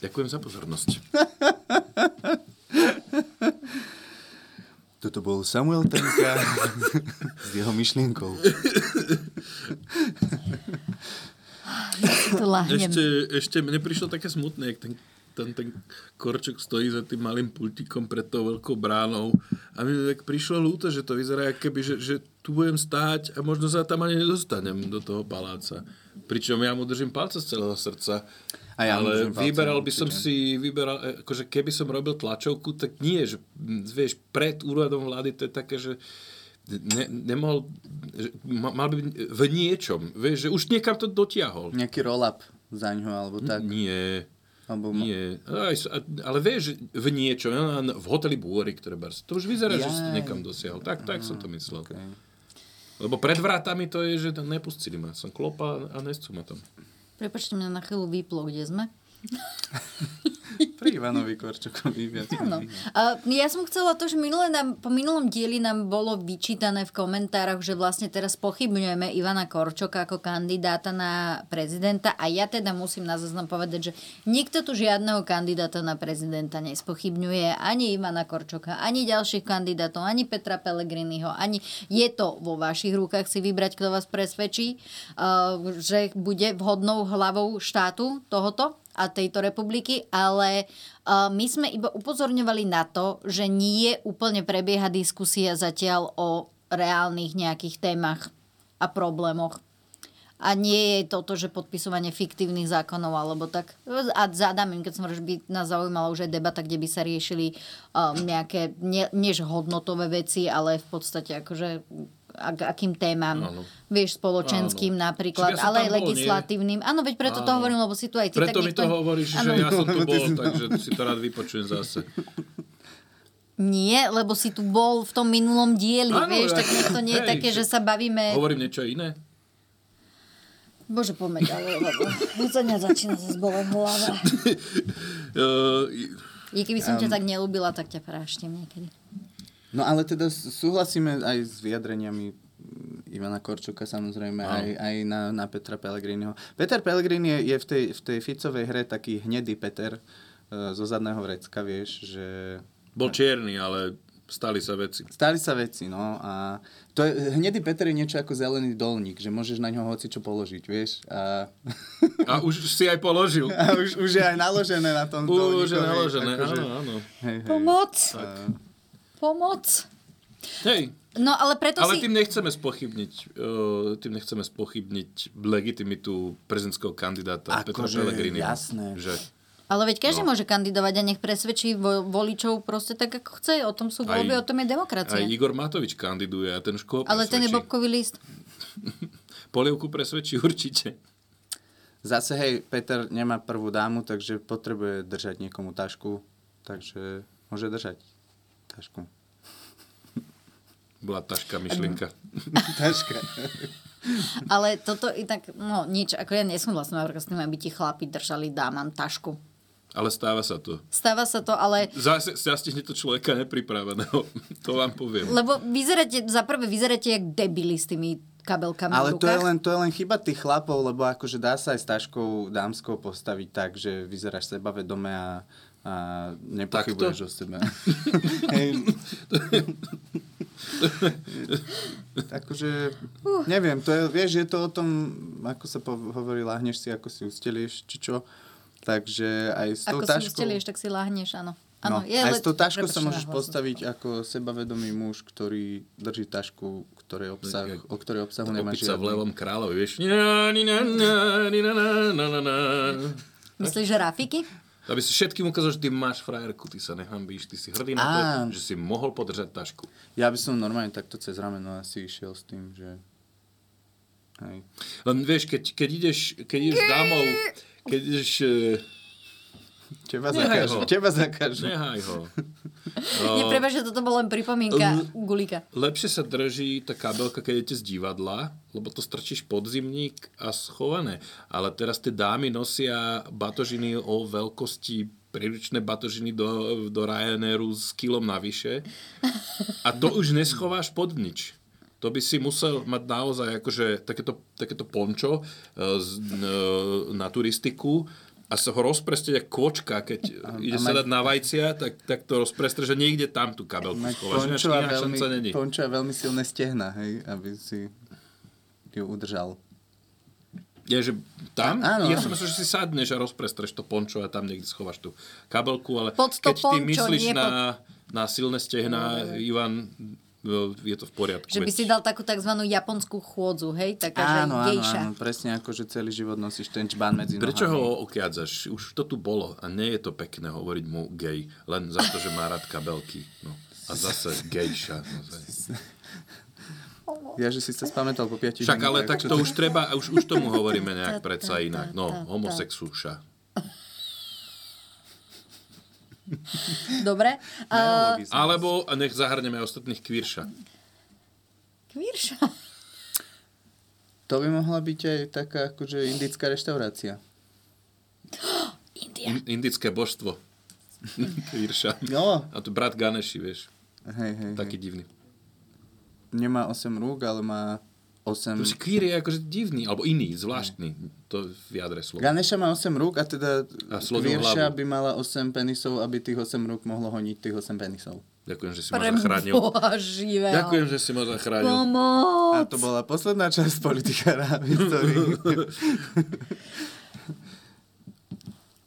Speaker 3: Ďakujem za pozornosť.
Speaker 2: Toto bol Samuel Tenka s jeho myšlienkou.
Speaker 1: To lahnem.
Speaker 3: Ešte, ešte mne prišlo také smutné, jak ten, ten, ten korčok stojí za tým malým pultíkom pred tou veľkou bránou a mi tak prišlo ľúto, že to vyzerá ako keby, že, že tu budem stáť a možno sa tam ani nedostanem do toho paláca. Pričom ja mu držím palce z celého srdca.
Speaker 2: A ja mu
Speaker 3: ale
Speaker 2: držím palce, no,
Speaker 3: vyberal by
Speaker 2: určite.
Speaker 3: som si, vyberal, e, akože keby som robil tlačovku, tak nie, že mm, vieš, pred úradom vlády to je také, že ne, nemohol, že ma- mal by byť v niečom, vieš, že už niekam to dotiahol.
Speaker 2: Nejaký roll-up za ňo, alebo tak.
Speaker 3: Nie.
Speaker 2: Alebo ma-
Speaker 3: Nie. Aj, s- a- ale vieš, že v niečom, ja mám v hoteli Búory, ktoré bars, to už vyzerá, že si to
Speaker 2: Jaj.
Speaker 3: niekam dosiahol. Tak, tak som to myslel. Lebo pred vrátami to je, že tam nepustili ma. Som klopal a nescú ma tam.
Speaker 1: Prepačte mňa na chvíľu vyplo, kde sme.
Speaker 2: Pri Ivanovi Korčokovi viac.
Speaker 1: Áno. A ja som chcela to, že minulé nám, po minulom dieli nám bolo vyčítané v komentároch, že vlastne teraz pochybňujeme Ivana Korčoka ako kandidáta na prezidenta a ja teda musím na zoznam povedať, že nikto tu žiadneho kandidáta na prezidenta nespochybňuje, ani Ivana Korčoka, ani ďalších kandidátov, ani Petra Pellegriniho, ani je to vo vašich rukách si vybrať, kto vás presvedčí, uh, že bude vhodnou hlavou štátu tohoto a tejto republiky, ale uh, my sme iba upozorňovali na to, že nie úplne prebieha diskusia zatiaľ o reálnych nejakých témach a problémoch. a nie je toto, že podpisovanie fiktívnych zákonov alebo tak. A zadám im, keď som hovoril, že by nás zaujímala už aj debata, kde by sa riešili um, nejaké, ne, než hodnotové veci, ale v podstate akože a k akým témam. Áno. Vieš, spoločenským áno. napríklad,
Speaker 3: Však ja som
Speaker 1: ale aj
Speaker 3: tam bol, nie?
Speaker 1: legislatívnym. Áno, veď preto to
Speaker 3: Áno.
Speaker 1: hovorím, lebo si tu aj ty.
Speaker 3: Preto mi
Speaker 1: niekto-
Speaker 3: to hovoríš, že
Speaker 1: Áno.
Speaker 3: ja som tu bol, takže si to rád vypočujem zase.
Speaker 1: Nie, lebo si tu bol v tom minulom dieli,
Speaker 3: Áno,
Speaker 1: vieš,
Speaker 3: ja-
Speaker 1: tak to nie je
Speaker 3: hej,
Speaker 1: také, že
Speaker 3: však-
Speaker 1: sa
Speaker 2: E-
Speaker 1: bavíme...
Speaker 3: Hovorím niečo iné?
Speaker 1: Bože, pomeď, ale lebo... Bucania začína sa zbolať hlava.
Speaker 3: Eh,
Speaker 1: I keby som ťa tak nelúbila, tak ťa práštim niekedy.
Speaker 2: No ale teda s- súhlasíme aj s vyjadreniami mm, Ivana Korčoka samozrejme, aj, aj na, na Petra Pellegriniho. Peter Pellegrini je, je v, tej, v tej Ficovej hre taký hnedý Peter e, zo zadného vrecka, vieš, že
Speaker 3: bol čierny, ale stali sa veci.
Speaker 2: stali sa veci, no a to je, hnedý Peter je niečo ako zelený dolník, že môžeš na ňo hoci čo položiť, vieš, a,
Speaker 3: A už si aj položil.
Speaker 2: a už, už je aj naložené na tom
Speaker 3: Už je
Speaker 2: dolníkovi,
Speaker 3: naložené,
Speaker 2: akože-
Speaker 3: áno, áno.
Speaker 2: Hej, hej.
Speaker 1: Pomoc! Pomoc!
Speaker 3: Hej,
Speaker 1: No ale preto
Speaker 3: ale
Speaker 1: si...
Speaker 3: tým nechceme spochybniť, eh, tým nechceme spochybniť legitimitu prezidentského kandidáta
Speaker 2: Akože,
Speaker 3: Petra Pellegriniho.
Speaker 2: jasné.
Speaker 3: Že
Speaker 1: Ale veď
Speaker 3: No.
Speaker 1: každý môže kandidovať a nech presvedčí vo- voličov proste tak, ako chce. O tom sú
Speaker 3: Aj-
Speaker 1: voľby, o tom je
Speaker 3: aj
Speaker 1: demokracia.
Speaker 3: Igor Matovič kandiduje a ten už koho
Speaker 1: ale ten je
Speaker 3: presvedčí?
Speaker 1: bobkový list.
Speaker 3: Polievku presvedčí určite.
Speaker 2: Zase, hej, Peter nemá prvú dámu, takže potrebuje držať niekomu tašku, takže môže držať tašku.
Speaker 3: Bola taška myšlienka.
Speaker 2: Taška.
Speaker 1: Ale toto i tak, no nič, ako ja nie som vlastne napríklad s tým, aby ti chlapi držali dámam tašku.
Speaker 3: Ale stáva sa to.
Speaker 1: Stáva sa to, ale
Speaker 3: Zase zastihne to človeka nepripraveného. To vám poviem.
Speaker 1: lebo vyzeráte, za prvé vyzeráte jak debili s tými kabelkami
Speaker 2: Ale
Speaker 1: v
Speaker 2: to je,
Speaker 1: rukách.
Speaker 2: len, to je len chyba tých chlapov, lebo akože dá sa aj s taškou dámskou postaviť tak, že vyzeráš sebavedome a, a nepochybuješ o sebe. Hej. akože, neviem, to je, vieš, je to o tom, ako sa po- hovorí, láhneš si, ako si ustelieš, či čo. Takže aj s tou
Speaker 1: Ako si
Speaker 2: taškou...
Speaker 1: ustelieš, tak si lahneš, áno.
Speaker 2: No,
Speaker 1: Áno, je,
Speaker 2: aj
Speaker 1: le-
Speaker 2: s tou taškou sa
Speaker 1: prepačte,
Speaker 2: môžeš
Speaker 1: nahlas.
Speaker 2: postaviť ako sebavedomý muž, ktorý drží tašku, ktorej obsah, o ktorej obsahu nemá
Speaker 3: Opica v
Speaker 2: žiadny.
Speaker 3: levom kráľovi, vieš. Ná, ni, ná, ná, ni, ná, ná, ná, ná, ná.
Speaker 1: Myslíš, že Rafiky?
Speaker 3: Aby si všetkým ukázal, že ty máš frajerku, ty sa nehambíš, ty si hrdý na
Speaker 2: Á.
Speaker 3: to, že si mohol podržať tašku.
Speaker 2: Ja by som normálne takto cez rameno asi išiel s tým, že... Hej.
Speaker 3: Len vieš, keď, keď ideš, keď ideš s dámou, keď ideš... eh,
Speaker 2: Teba
Speaker 3: Nehaj
Speaker 2: zakážu.
Speaker 3: ho.
Speaker 2: Teba zakážu.
Speaker 3: Nehaj ho.
Speaker 2: No.
Speaker 1: Nie, prepáč, že toto bola len pripomienka
Speaker 3: L-
Speaker 1: Gulika.
Speaker 3: Lepšie sa drží tá kabelka, keď idete z divadla, lebo to strčíš pod zimník a schované. Ale teraz tie dámy nosia batožiny o veľkosti príručné batožiny do, do Ryanairu s kilom navyše. A to už neschováš pod nič. To by si musel mať naozaj akože takéto, takéto pončo e, z, e, na turistiku a sa ho rozprestrieť ako kôčka, keď ide sa
Speaker 2: mať-
Speaker 3: dať na vajcia, tak, tak to rozprestre, že niekde tam tú kabelku
Speaker 2: Mať
Speaker 3: schováš. Ináč
Speaker 2: pončo a
Speaker 3: iná
Speaker 2: veľmi,
Speaker 3: šanca není.
Speaker 2: pončo a veľmi silné stehna, hej, aby si ju udržal.
Speaker 3: Je, že tam?
Speaker 2: A- áno.
Speaker 3: Ja som myslel, že si sadneš a rozprestreš to pončo a tam niekde schováš tú kabelku, ale
Speaker 1: Pod to
Speaker 3: keď ty
Speaker 1: pončo,
Speaker 3: myslíš
Speaker 1: nie no,
Speaker 3: na, na silné stehná, Ivan, no, je to v poriadku.
Speaker 1: Že by
Speaker 3: veď
Speaker 1: si dal takú tzv. japonskú chôdzu, hej? Taká,
Speaker 2: Áno,
Speaker 1: že
Speaker 2: áno,
Speaker 1: gejša.
Speaker 2: áno, presne ako, že celý život nosíš ten čbán medzi
Speaker 3: Prečo
Speaker 2: nohami.
Speaker 3: ho okiadzaš? Už to tu bolo a nie je to pekné hovoriť mu gej, len za to, že má rád kabelky. No. A zase gejša. no,
Speaker 2: Ja, že si sa spamätal po 5
Speaker 3: Však ale tak to už treba, už, už tomu hovoríme nejak predsa inak. No, homosexúša.
Speaker 1: Dobre. Uh,
Speaker 3: Alebo nech zahrneme ostatných kvírša.
Speaker 1: kvírša.
Speaker 2: To by mohla byť aj taká akože indická reštaurácia.
Speaker 1: India.
Speaker 3: Indické božstvo. Kvírša.
Speaker 2: No.
Speaker 3: A tu brat Ganeši, vieš.
Speaker 2: Hej, hej, hej.
Speaker 3: Taký divný.
Speaker 2: Nemá 8 rúk, ale má 8...
Speaker 3: Proste kvír je akože divný, alebo iný, zvláštny. To je v jadre slova.
Speaker 2: Ganeša má 8 rúk a teda
Speaker 3: A sloniu
Speaker 2: Kvirša
Speaker 3: hlavu.
Speaker 2: by mala 8 penisov, aby tých 8 rúk mohlo honiť tých 8 penisov.
Speaker 3: Ďakujem, že si ma
Speaker 1: Pre
Speaker 3: zachránil.
Speaker 1: Boha živého.
Speaker 3: Ďakujem, že si ma zachránil.
Speaker 2: A
Speaker 1: Pomoc.
Speaker 2: to bola posledná časť politika ráby, ktorý...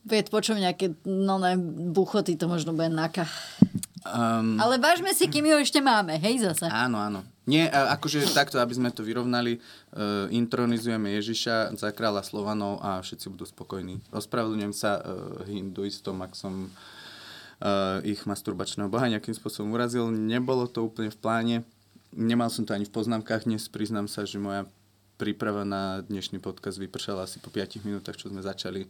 Speaker 1: Veď počujem nejaké no ne, buchoty, to možno bude naka.
Speaker 2: Um,
Speaker 1: Ale vážme si, kým ju ešte máme, hej zase.
Speaker 2: áno, áno. Nie, a akože takto, aby sme to vyrovnali, uh, intronizujeme Ježiša za kráľa Slovanov a všetci budú spokojní. Ospravedlňujem sa uh, hinduistom, ak som uh, ich masturbačného boha nejakým spôsobom urazil. Nebolo to úplne v pláne. Nemal som to ani v poznámkach. Dnes priznám sa, že moja príprava na dnešný podcast vypršala asi po 5 minútach, čo sme začali.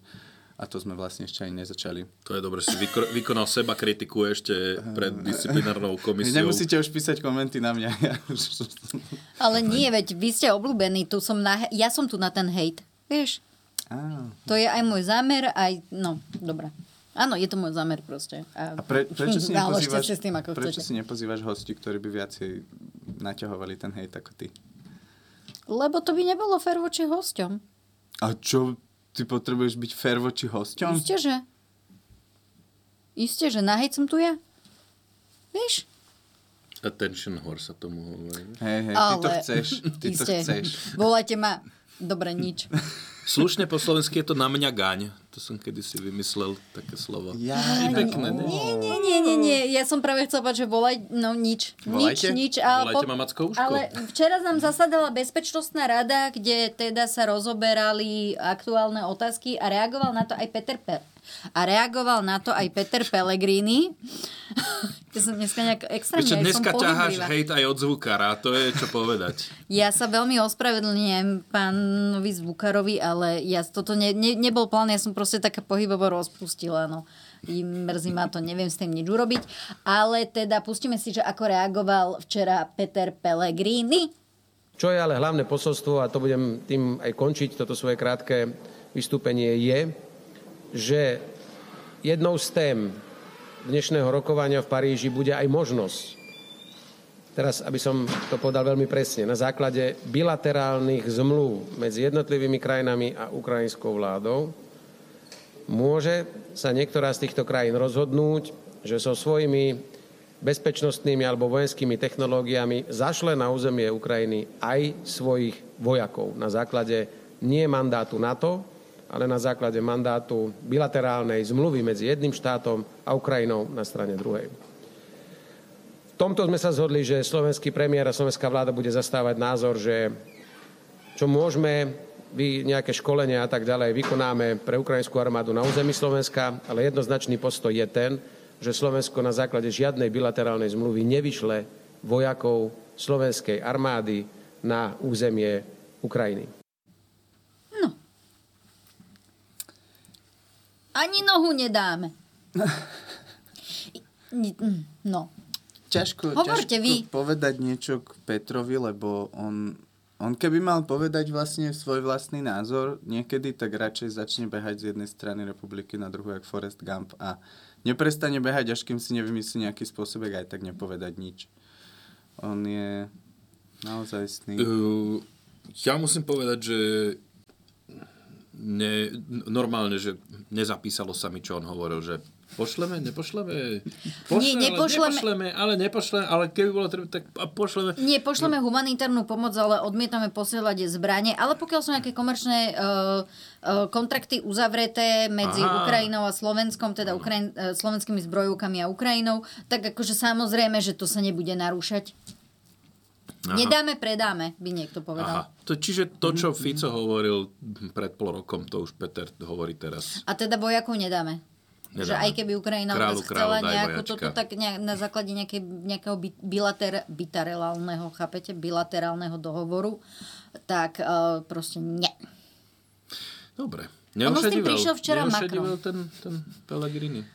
Speaker 2: A to sme vlastne ešte ani nezačali.
Speaker 3: To je dobre, si vyko- vykonal seba kritiku ešte pred disciplinárnou
Speaker 2: Vy
Speaker 3: komisiou.
Speaker 2: nemusíte už písať komenty na mňa. Ja už-
Speaker 1: Ale nie, veď vy ste obľúbení, tu som na, he- ja som tu na ten hejt, vieš.
Speaker 2: Á.
Speaker 1: To je aj môj zámer, aj, no, dobre. Áno, je to môj zámer proste.
Speaker 2: A pre, prečo, si
Speaker 1: Naložte
Speaker 2: nepozývaš,
Speaker 1: si s tým, ako
Speaker 2: prečo
Speaker 1: chcete.
Speaker 2: si nepozývaš hosti, ktorí by viacej naťahovali ten hejt ako ty?
Speaker 1: Lebo to by nebolo fér voči hosťom.
Speaker 2: A čo, ty potrebuješ byť fér voči hosťom?
Speaker 1: Isté, že? Isté, že na hejt som tu ja? Vieš?
Speaker 3: Attention whore sa tomu hovorí.
Speaker 2: Hej, hej, ty to chceš, ty to
Speaker 1: Isté.
Speaker 2: chceš.
Speaker 1: Volajte ma. Dobre, nič.
Speaker 3: Slušne po slovensky je to na mňa gaň. To som kedysi vymyslel také slovo.
Speaker 2: Ja,
Speaker 3: Je pekné, ne?
Speaker 1: Nie, nie, nie, nie, nie. Ja som práve chcela povedať, že volaj, no nič.
Speaker 2: Volajte?
Speaker 1: Nič, nič.
Speaker 3: Volajte ma Macko Uško.
Speaker 1: ale včera nám zasadala Bezpečnostná rada, kde teda sa rozoberali aktuálne otázky a reagoval na to aj Peter Pe- a reagoval na to aj Peter Pellegrini. ja som dneska nejak extrémne, ja
Speaker 3: Vieš čo,
Speaker 1: som
Speaker 3: dneska ťaháš
Speaker 1: pohyblivá.
Speaker 3: hejt aj od zvukára, to je čo povedať.
Speaker 1: Ja sa veľmi ospravedlňujem pánovi Zvukarovi, ale ja toto ne, ne, nebol plán, ja som proste taká pohybovo rozpustila, no. I mrzí ma to, neviem s tým nič urobiť. Ale teda pustíme si, že ako reagoval včera Peter Pellegrini.
Speaker 8: Čo je ale hlavné posolstvo, a to budem tým aj končiť, toto svoje krátke vystúpenie, je, že jednou z tém dnešného rokovania v Paríži bude aj možnosť, teraz aby som to povedal veľmi presne, na základe bilaterálnych zmluv medzi jednotlivými krajinami a ukrajinskou vládou, môže sa niektorá z týchto krajín rozhodnúť, že so svojimi bezpečnostnými alebo vojenskými technológiami zašle na územie Ukrajiny aj svojich vojakov na základe nie mandátu NATO, ale na základe mandátu bilaterálnej zmluvy medzi jedným štátom a Ukrajinou na strane druhej. V tomto sme sa zhodli, že slovenský premiér a slovenská vláda bude zastávať názor, že čo môžeme, vy nejaké školenia a tak ďalej vykonáme pre ukrajinskú armádu na území Slovenska, ale jednoznačný postoj je ten, že Slovensko na základe žiadnej bilaterálnej zmluvy nevyšle vojakov slovenskej armády na územie Ukrajiny.
Speaker 1: No. Ani nohu nedáme. I- mm, No,
Speaker 2: Ťažko,
Speaker 1: Hovorte
Speaker 2: ťažko
Speaker 1: vy.
Speaker 2: povedať niečo k Petrovi, lebo on, on keby mal povedať vlastne svoj vlastný názor niekedy, tak radšej začne behať z jednej strany republiky na druhú, jak Forrest Gump a neprestane behať, až kým si nevymyslí nejaký spôsob, jak aj tak nepovedať nič. On je naozaj sný.
Speaker 3: Uh, ja musím povedať, že ne, normálne, že nezapísalo sa mi, čo on hovoril, že pošleme, nepošleme, pošleme,
Speaker 1: nepošleme.
Speaker 3: ale nepošleme, ale keby bolo treba, tak a pošleme.
Speaker 1: Nie,
Speaker 3: No.
Speaker 1: pošleme humanitárnu pomoc, ale odmietame posielať zbranie. Ale pokiaľ sú nejaké komerčné uh, uh, kontrakty uzavreté medzi
Speaker 3: Aha.
Speaker 1: Aha. Ukrajinou a Slovenskom, teda Ukrajin, uh, slovenskými zbrojovkami a Ukrajinou, tak akože samozrejme, že to sa nebude narúšať.
Speaker 3: Aha.
Speaker 1: Nedáme, predáme, by niekto povedal.
Speaker 3: Aha. To, čiže to,
Speaker 1: Mhm.
Speaker 3: čo Fico hovoril pred pol rokom, to už Peter hovorí teraz.
Speaker 1: A teda vojakov nedáme. nedáme.
Speaker 3: Nedáme.
Speaker 1: Že aj keby Ukrajina od nás
Speaker 3: Kráľu, kráľu,
Speaker 1: chcela
Speaker 3: daj
Speaker 1: nejakú
Speaker 3: vojačka.
Speaker 1: toto, tak nejak, na základe nejakej, nejakého bi- bilater, bilaterálneho, chápete, bilaterálneho dohovoru, tak uh, proste ne.
Speaker 3: Dobre.
Speaker 1: On už s tým
Speaker 3: Neušedivel-
Speaker 1: prišiel včera
Speaker 3: neušedivel ten, ten Pellegrini.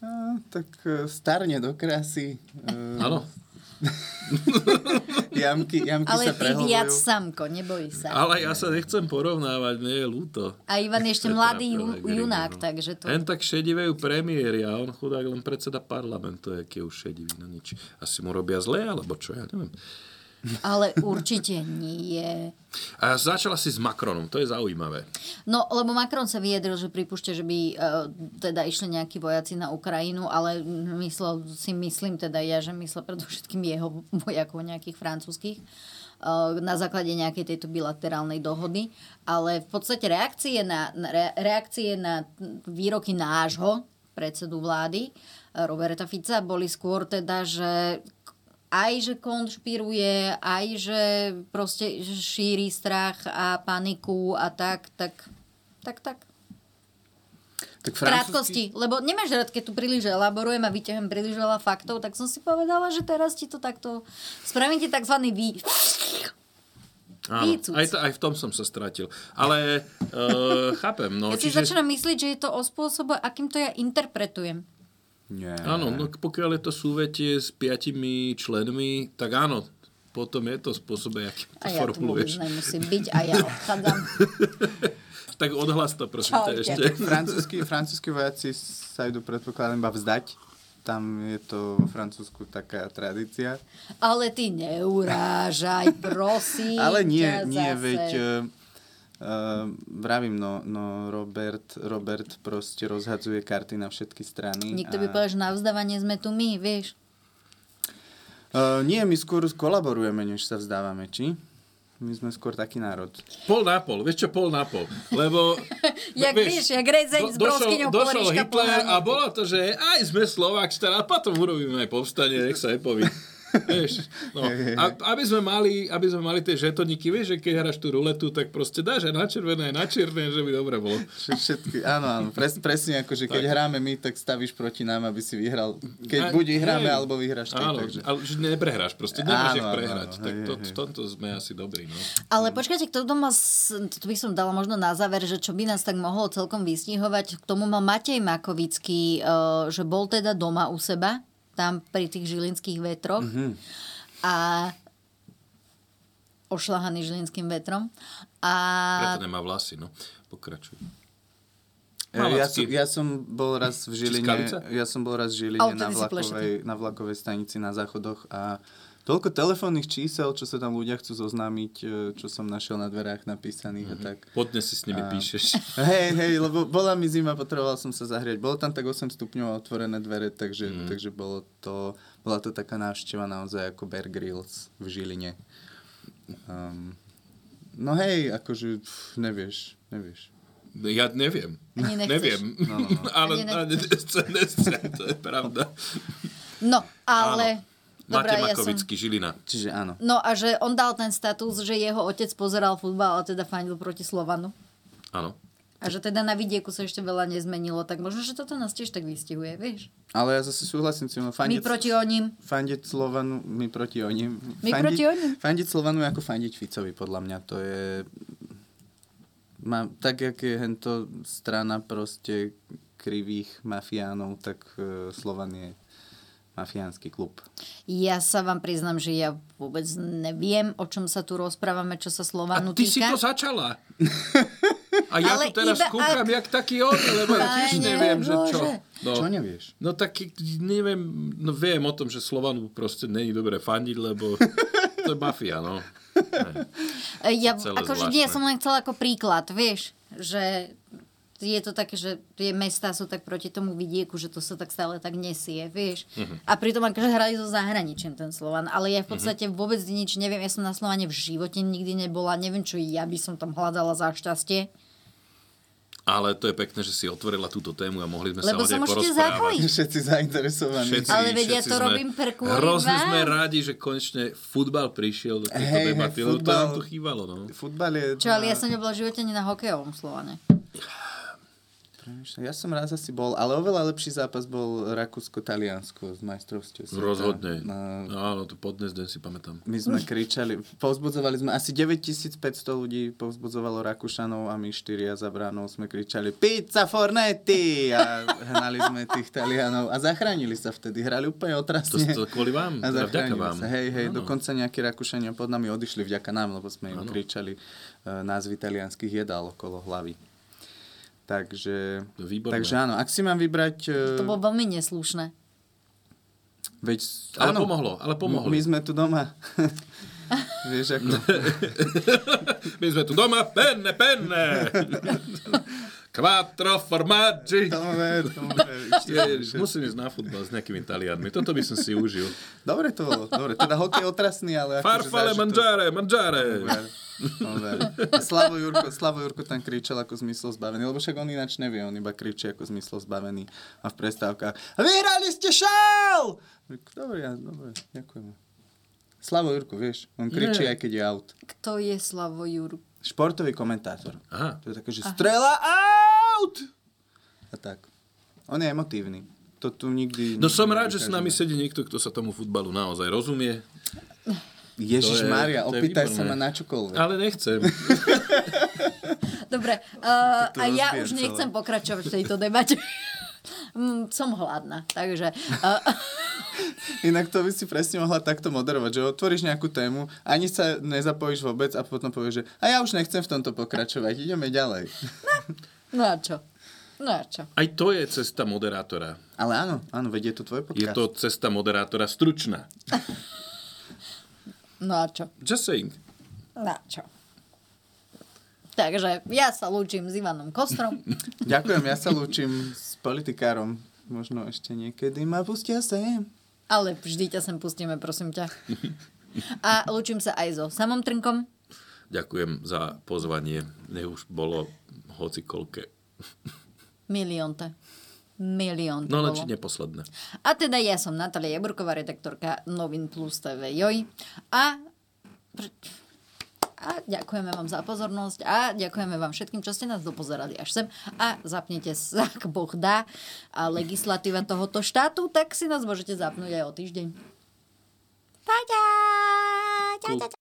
Speaker 2: No, tak e, starne do krásy. e,
Speaker 3: Áno.
Speaker 2: Jamky, jamky
Speaker 1: Ale
Speaker 2: sa
Speaker 1: ty viac
Speaker 2: prehlbujú.
Speaker 1: samko, neboj sa.
Speaker 3: Ale ja sa nechcem porovnávať, mne je ľúto.
Speaker 1: A Ivan je ešte
Speaker 3: Petra
Speaker 1: mladý ju,
Speaker 3: Pellegriniho.
Speaker 1: junák, takže to...
Speaker 3: Len tak šedivejú premiéry a on chudák len predseda parlamentu, aký je už šedivý, no nič. Asi mu robia zle, alebo čo, ja neviem.
Speaker 1: Ale určite nie.
Speaker 3: A začala si s Macronom, to je zaujímavé.
Speaker 1: No, lebo Macron sa vyjadril, že pripúšťa, že by e, teda išli nejakí vojaci na Ukrajinu, ale myslel, si myslím teda ja, že myslel predovšetkým jeho vojakov nejakých francúzských e, na základe nejakej tejto bilaterálnej dohody. Ale v podstate reakcie na, na re, reakcie na výroky nášho predsedu vlády e, Roberta Fica boli skôr teda, že aj že konšpiruje, aj že proste šíri strach a paniku a tak, tak, tak, tak.
Speaker 2: Tak
Speaker 1: Krátkosti, lebo nemáš rád, keď tu príliš elaborujem a vyťahujem príliš veľa faktov, tak som si povedala, že teraz ti to takto... Spravím ti tzv. vý...
Speaker 3: Áno,
Speaker 1: Výcuc.
Speaker 3: aj, to, aj v tom som sa stratil. Ale uh, chápem, no.
Speaker 1: Ja si začínam myslieť, že je to o spôsobe, akým to ja interpretujem.
Speaker 2: Nie.
Speaker 3: Áno, no pokiaľ je to súvetie s piatimi členmi, tak áno, potom je to spôsob, akým
Speaker 1: A ja tu
Speaker 3: to
Speaker 1: vôbec
Speaker 3: formuluješ.
Speaker 1: nemusím byť a ja odchádzam.
Speaker 3: Tak odhlas to prosím ťa
Speaker 1: Čaute.
Speaker 3: ešte.
Speaker 2: Francúzskí, francúzskí vojaci sa idú predpokladám iba vzdať. Tam je to vo Francúzsku taká tradícia.
Speaker 1: Ale ty neurážaj, prosím
Speaker 2: Ale nie,
Speaker 1: ťa
Speaker 2: nie,
Speaker 1: zase.
Speaker 2: veď... Uh, vravím, no, no Robert, Robert proste rozhadzuje karty na všetky strany.
Speaker 1: Niekto by povedal, že na vzdávanie sme tu my, vieš.
Speaker 2: Uh, nie, my skôr kolaborujeme, než sa vzdávame, či? My sme skôr taký národ.
Speaker 3: Pol na pol, vieš čo, pol na pol. Lebo...
Speaker 1: Jak vieš, jak Rezek s broskyňou
Speaker 3: došol
Speaker 1: Polariška
Speaker 3: Hitler
Speaker 1: poháňal.
Speaker 3: a bolo to, že aj sme Slováčta a potom urobíme aj povstanie, nech sa nepoví. Vieš, no, a, aby, sme mali, aby sme mali tie žetoniky, vieš, že keď hráš tú ruletu, tak proste dáš aj na červené, aj na čierne, že by dobre bolo.
Speaker 2: Všetky, áno, áno, pres, presne ako, že keď hráme my, tak stavíš proti nám, aby si vyhral. Keď
Speaker 3: A-
Speaker 2: buď vyhráme,
Speaker 3: hej.
Speaker 2: alebo vyhráš ty.
Speaker 3: Áno,
Speaker 2: takže.
Speaker 3: ale že neprehráš, proste
Speaker 2: Áno,
Speaker 3: nemáš jak
Speaker 2: áno,
Speaker 3: prehrať.
Speaker 2: áno,
Speaker 3: tak
Speaker 2: hej,
Speaker 3: to,
Speaker 2: hej,
Speaker 3: v tomto sme asi dobrí, no.
Speaker 1: Ale počkajte, k tomu ma, s- to by som dala možno na záver, že čo by nás tak mohlo celkom vystihovať, k tomu mal Matej Makovický, e, že bol teda doma u seba, tam pri tých žilinských vetroch
Speaker 3: Mhm.
Speaker 1: a ošlahaný žilinským vetrom. A
Speaker 3: Preto nemá vlasy, no. Pokračuj.
Speaker 2: E, Ja som, ja som bol raz v Žiline,
Speaker 3: Skalica?
Speaker 2: ja som bol raz
Speaker 1: Ale
Speaker 2: v Žiline na
Speaker 1: vtedy si plešatý.
Speaker 2: vlakovej, na vlakovej stanici na záchodoch a toľko telefónnych čísel, čo sa tam ľudia chcú zoznámiť, e, čo som našiel na dverách napísaných a tak.
Speaker 3: Podne si s nimi píšeš.
Speaker 2: Hej, hej, lebo bola mi zima, potreboval som sa zahriať. Bolo tam tak 8 stupňov a otvorené dvere, takže, mm. takže bolo to, bola to taká návšteva naozaj ako Bear Grylls v Žiline. Um, no hej, akože pf, nevieš, nevieš.
Speaker 3: No Ja neviem.
Speaker 1: Ani nechceš.
Speaker 3: Neviem. No, no, no. Ale
Speaker 1: Ani
Speaker 3: ani nechcem, nechcem, to je pravda.
Speaker 1: No, ale...
Speaker 3: Dobrá,
Speaker 1: Dobrá, ja
Speaker 3: Matej
Speaker 1: som...
Speaker 3: Makovický, Žilina.
Speaker 2: Čiže áno.
Speaker 1: No a že on dal ten status, že jeho otec pozeral futbal a teda fandil proti Slovanu.
Speaker 3: Áno.
Speaker 1: A že teda na vidieku sa ešte veľa nezmenilo, tak možno, že toto nás tiež tak vystihuje, vieš?
Speaker 2: Ale ja zase súhlasím s tým, no
Speaker 1: My
Speaker 2: fandec,
Speaker 1: proti oním.
Speaker 2: Fandiť Slovanu, my proti oním.
Speaker 1: My
Speaker 2: fandiť,
Speaker 1: proti oním.
Speaker 2: Fandiť Slovanu je ako fandiť Ficovi, podľa mňa. To je... Má, tak, jak je hento strana proste krivých mafiánov, tak e, Slovan je mafiánsky klub.
Speaker 1: Ja sa vám priznam, že ja vôbec neviem, o čom sa tu rozprávame, čo sa
Speaker 3: A
Speaker 1: Slovanu
Speaker 3: ty si
Speaker 1: týka.
Speaker 3: to začala. A ja
Speaker 1: Ale
Speaker 3: to teraz
Speaker 1: iba
Speaker 3: kúkam,
Speaker 1: ak-
Speaker 3: jak taký on, lebo ja tiež
Speaker 1: Pane
Speaker 3: neviem, že čo.
Speaker 1: Bože.
Speaker 3: No.
Speaker 2: Čo nevieš?
Speaker 3: No tak neviem, no viem o tom, že Slovanu proste není dobre fandiť, lebo to je mafia, no.
Speaker 1: E, Ja,
Speaker 3: Celé
Speaker 1: akože nie,
Speaker 3: zvláštne.
Speaker 1: som len chcela ako príklad, vieš, že je to také, že tie mesta sú tak proti tomu vidieku, že to sa tak stále tak nesie, vieš.
Speaker 3: Mhm.
Speaker 1: Uh-huh. A pritom akože hrali so zahraničím ten Slovan, ale ja v podstate uh-huh. vôbec nič neviem, ja som na Slovane v živote nikdy nebola, neviem, čo ja by som tam hľadala za šťastie,
Speaker 3: Ale to je pekné, že si otvorila túto tému a mohli sme
Speaker 1: lebo som
Speaker 3: sa o nej
Speaker 1: už tie
Speaker 3: porozprávať.
Speaker 1: zápojí.
Speaker 2: Všetci zainteresovaní.
Speaker 3: Všetci,
Speaker 1: Ale veď ja
Speaker 3: všetci
Speaker 1: to
Speaker 3: sme,
Speaker 1: robím per kvôli
Speaker 3: Hrozne
Speaker 1: vám.
Speaker 3: sme radi, že konečne futbal prišiel do tejto
Speaker 2: Hej, hej,
Speaker 3: debaty, lebo to
Speaker 2: futbal.
Speaker 3: nám tu chýbalo. No.
Speaker 2: Futbal je...
Speaker 1: Čo, ale ja som nebola v živote ani na hokejovom Slovane.
Speaker 2: ja som raz asi bol, ale oveľa lepší zápas bol Rakúsko-Taliansko z majstrovstiev. sveta.
Speaker 3: Rozhodne. No,
Speaker 2: Na-
Speaker 3: Áno, to podnes deň si pamätám.
Speaker 2: My sme kričali, povzbudzovali sme, asi 9500 ľudí povzbudzovalo Rakúšanov a my štyria za bránou sme kričali pizza fornetti a hnali sme tých Talianov a zachránili sa vtedy, hrali úplne
Speaker 3: To,
Speaker 2: otrasne.
Speaker 3: to kvôli vám,
Speaker 2: a
Speaker 3: teda vďaka
Speaker 2: zachránili
Speaker 3: vám.
Speaker 2: sa, hej, hej,
Speaker 3: Áno.
Speaker 2: dokonca nejakí Rakúšania pod nami odišli vďaka nám, lebo sme im kričali e, názvy talianských jedál okolo hlavy. Takže,
Speaker 3: No, Výborné. No
Speaker 2: takže áno, ak si mám vybrať... e,
Speaker 1: To bolo veľmi neslušné.
Speaker 2: Veď,
Speaker 3: Ale pomohlo, ale pomohlo.
Speaker 2: My sme tu doma. Vieš, ako...
Speaker 3: My sme tu doma, penne, penne! Quattro formaggi.
Speaker 2: To ver, to ver.
Speaker 3: Ježiš, musím ísť na futbal s nejakými Talianmi. Toto by som si užil.
Speaker 2: Dobre to bolo, dobre. Teda hokej otrasný, ale... akože
Speaker 3: Farfale,
Speaker 2: zážitok.
Speaker 3: mangiare, mangiare.
Speaker 2: Ver, to ver. A Slavo Jurko, Slavo Jurko tam kričal ako zmysel zbavený, lebo však on ináč nevie, on iba kričí ako zmysel zbavený a v prestávkach Vyhrali ste šál! Dobre, ja, dobre, ďakujeme. Slavo Jurko, vieš, on kričí, aj keď je out.
Speaker 1: Kto je Slavo Jurko?
Speaker 2: Športový komentátor.
Speaker 3: Aha.
Speaker 2: To je také, že strela out! A tak. On je emotívny. To tu nikdy...
Speaker 3: No som rád, že s nami sedí niekto, kto sa tomu futbalu naozaj rozumie.
Speaker 2: Ježiš Maria,
Speaker 3: to je
Speaker 2: opýtaj sa
Speaker 3: výborné.
Speaker 2: ma na čokoľvek.
Speaker 3: Ale nechcem.
Speaker 1: Dobre, uh,
Speaker 2: to
Speaker 1: a ja
Speaker 2: rozbijem
Speaker 1: už
Speaker 2: celé.
Speaker 1: nechcem pokračovať v tejto debate. Mm, Som hladná, takže... Uh,
Speaker 2: Inak to by si presne mohla takto moderovať, že otvoríš nejakú tému, ani sa nezapojíš vôbec a potom povieš, že a ja už nechcem v tomto pokračovať, ideme ďalej.
Speaker 1: no a čo? No a čo?
Speaker 3: Aj to je cesta moderátora.
Speaker 2: Ale áno, áno, vedie to tvoj
Speaker 3: Je
Speaker 2: podcast.
Speaker 3: to cesta moderátora stručná.
Speaker 1: No a čo?
Speaker 3: Just saying.
Speaker 1: No a čo? Takže ja sa lúčim s Ivanom Kostrom.
Speaker 2: Ďakujem, ja sa lúčim s politikárom. Možno ešte niekedy ma pustia sem.
Speaker 1: Ale vždy ťa sem pustíme, prosím ťa. A lúčim sa aj so samom Trnkom.
Speaker 3: Ďakujem za pozvanie. Nech už bolo hocikoľké.
Speaker 1: Milionte. Milión.
Speaker 3: No len či neposledné.
Speaker 1: A teda ja som Natalia Jaburková, redaktorka Novin Plus TV Joj. A, pr- a ďakujeme vám za pozornosť a ďakujeme vám všetkým, čo ste nás dopozerali až sem a zapnete sa, ak Boh dá a legislatíva tohoto štátu, tak si nás môžete zapnúť aj o týždeň. Pa, ďa! Ďa, ďa, ďa.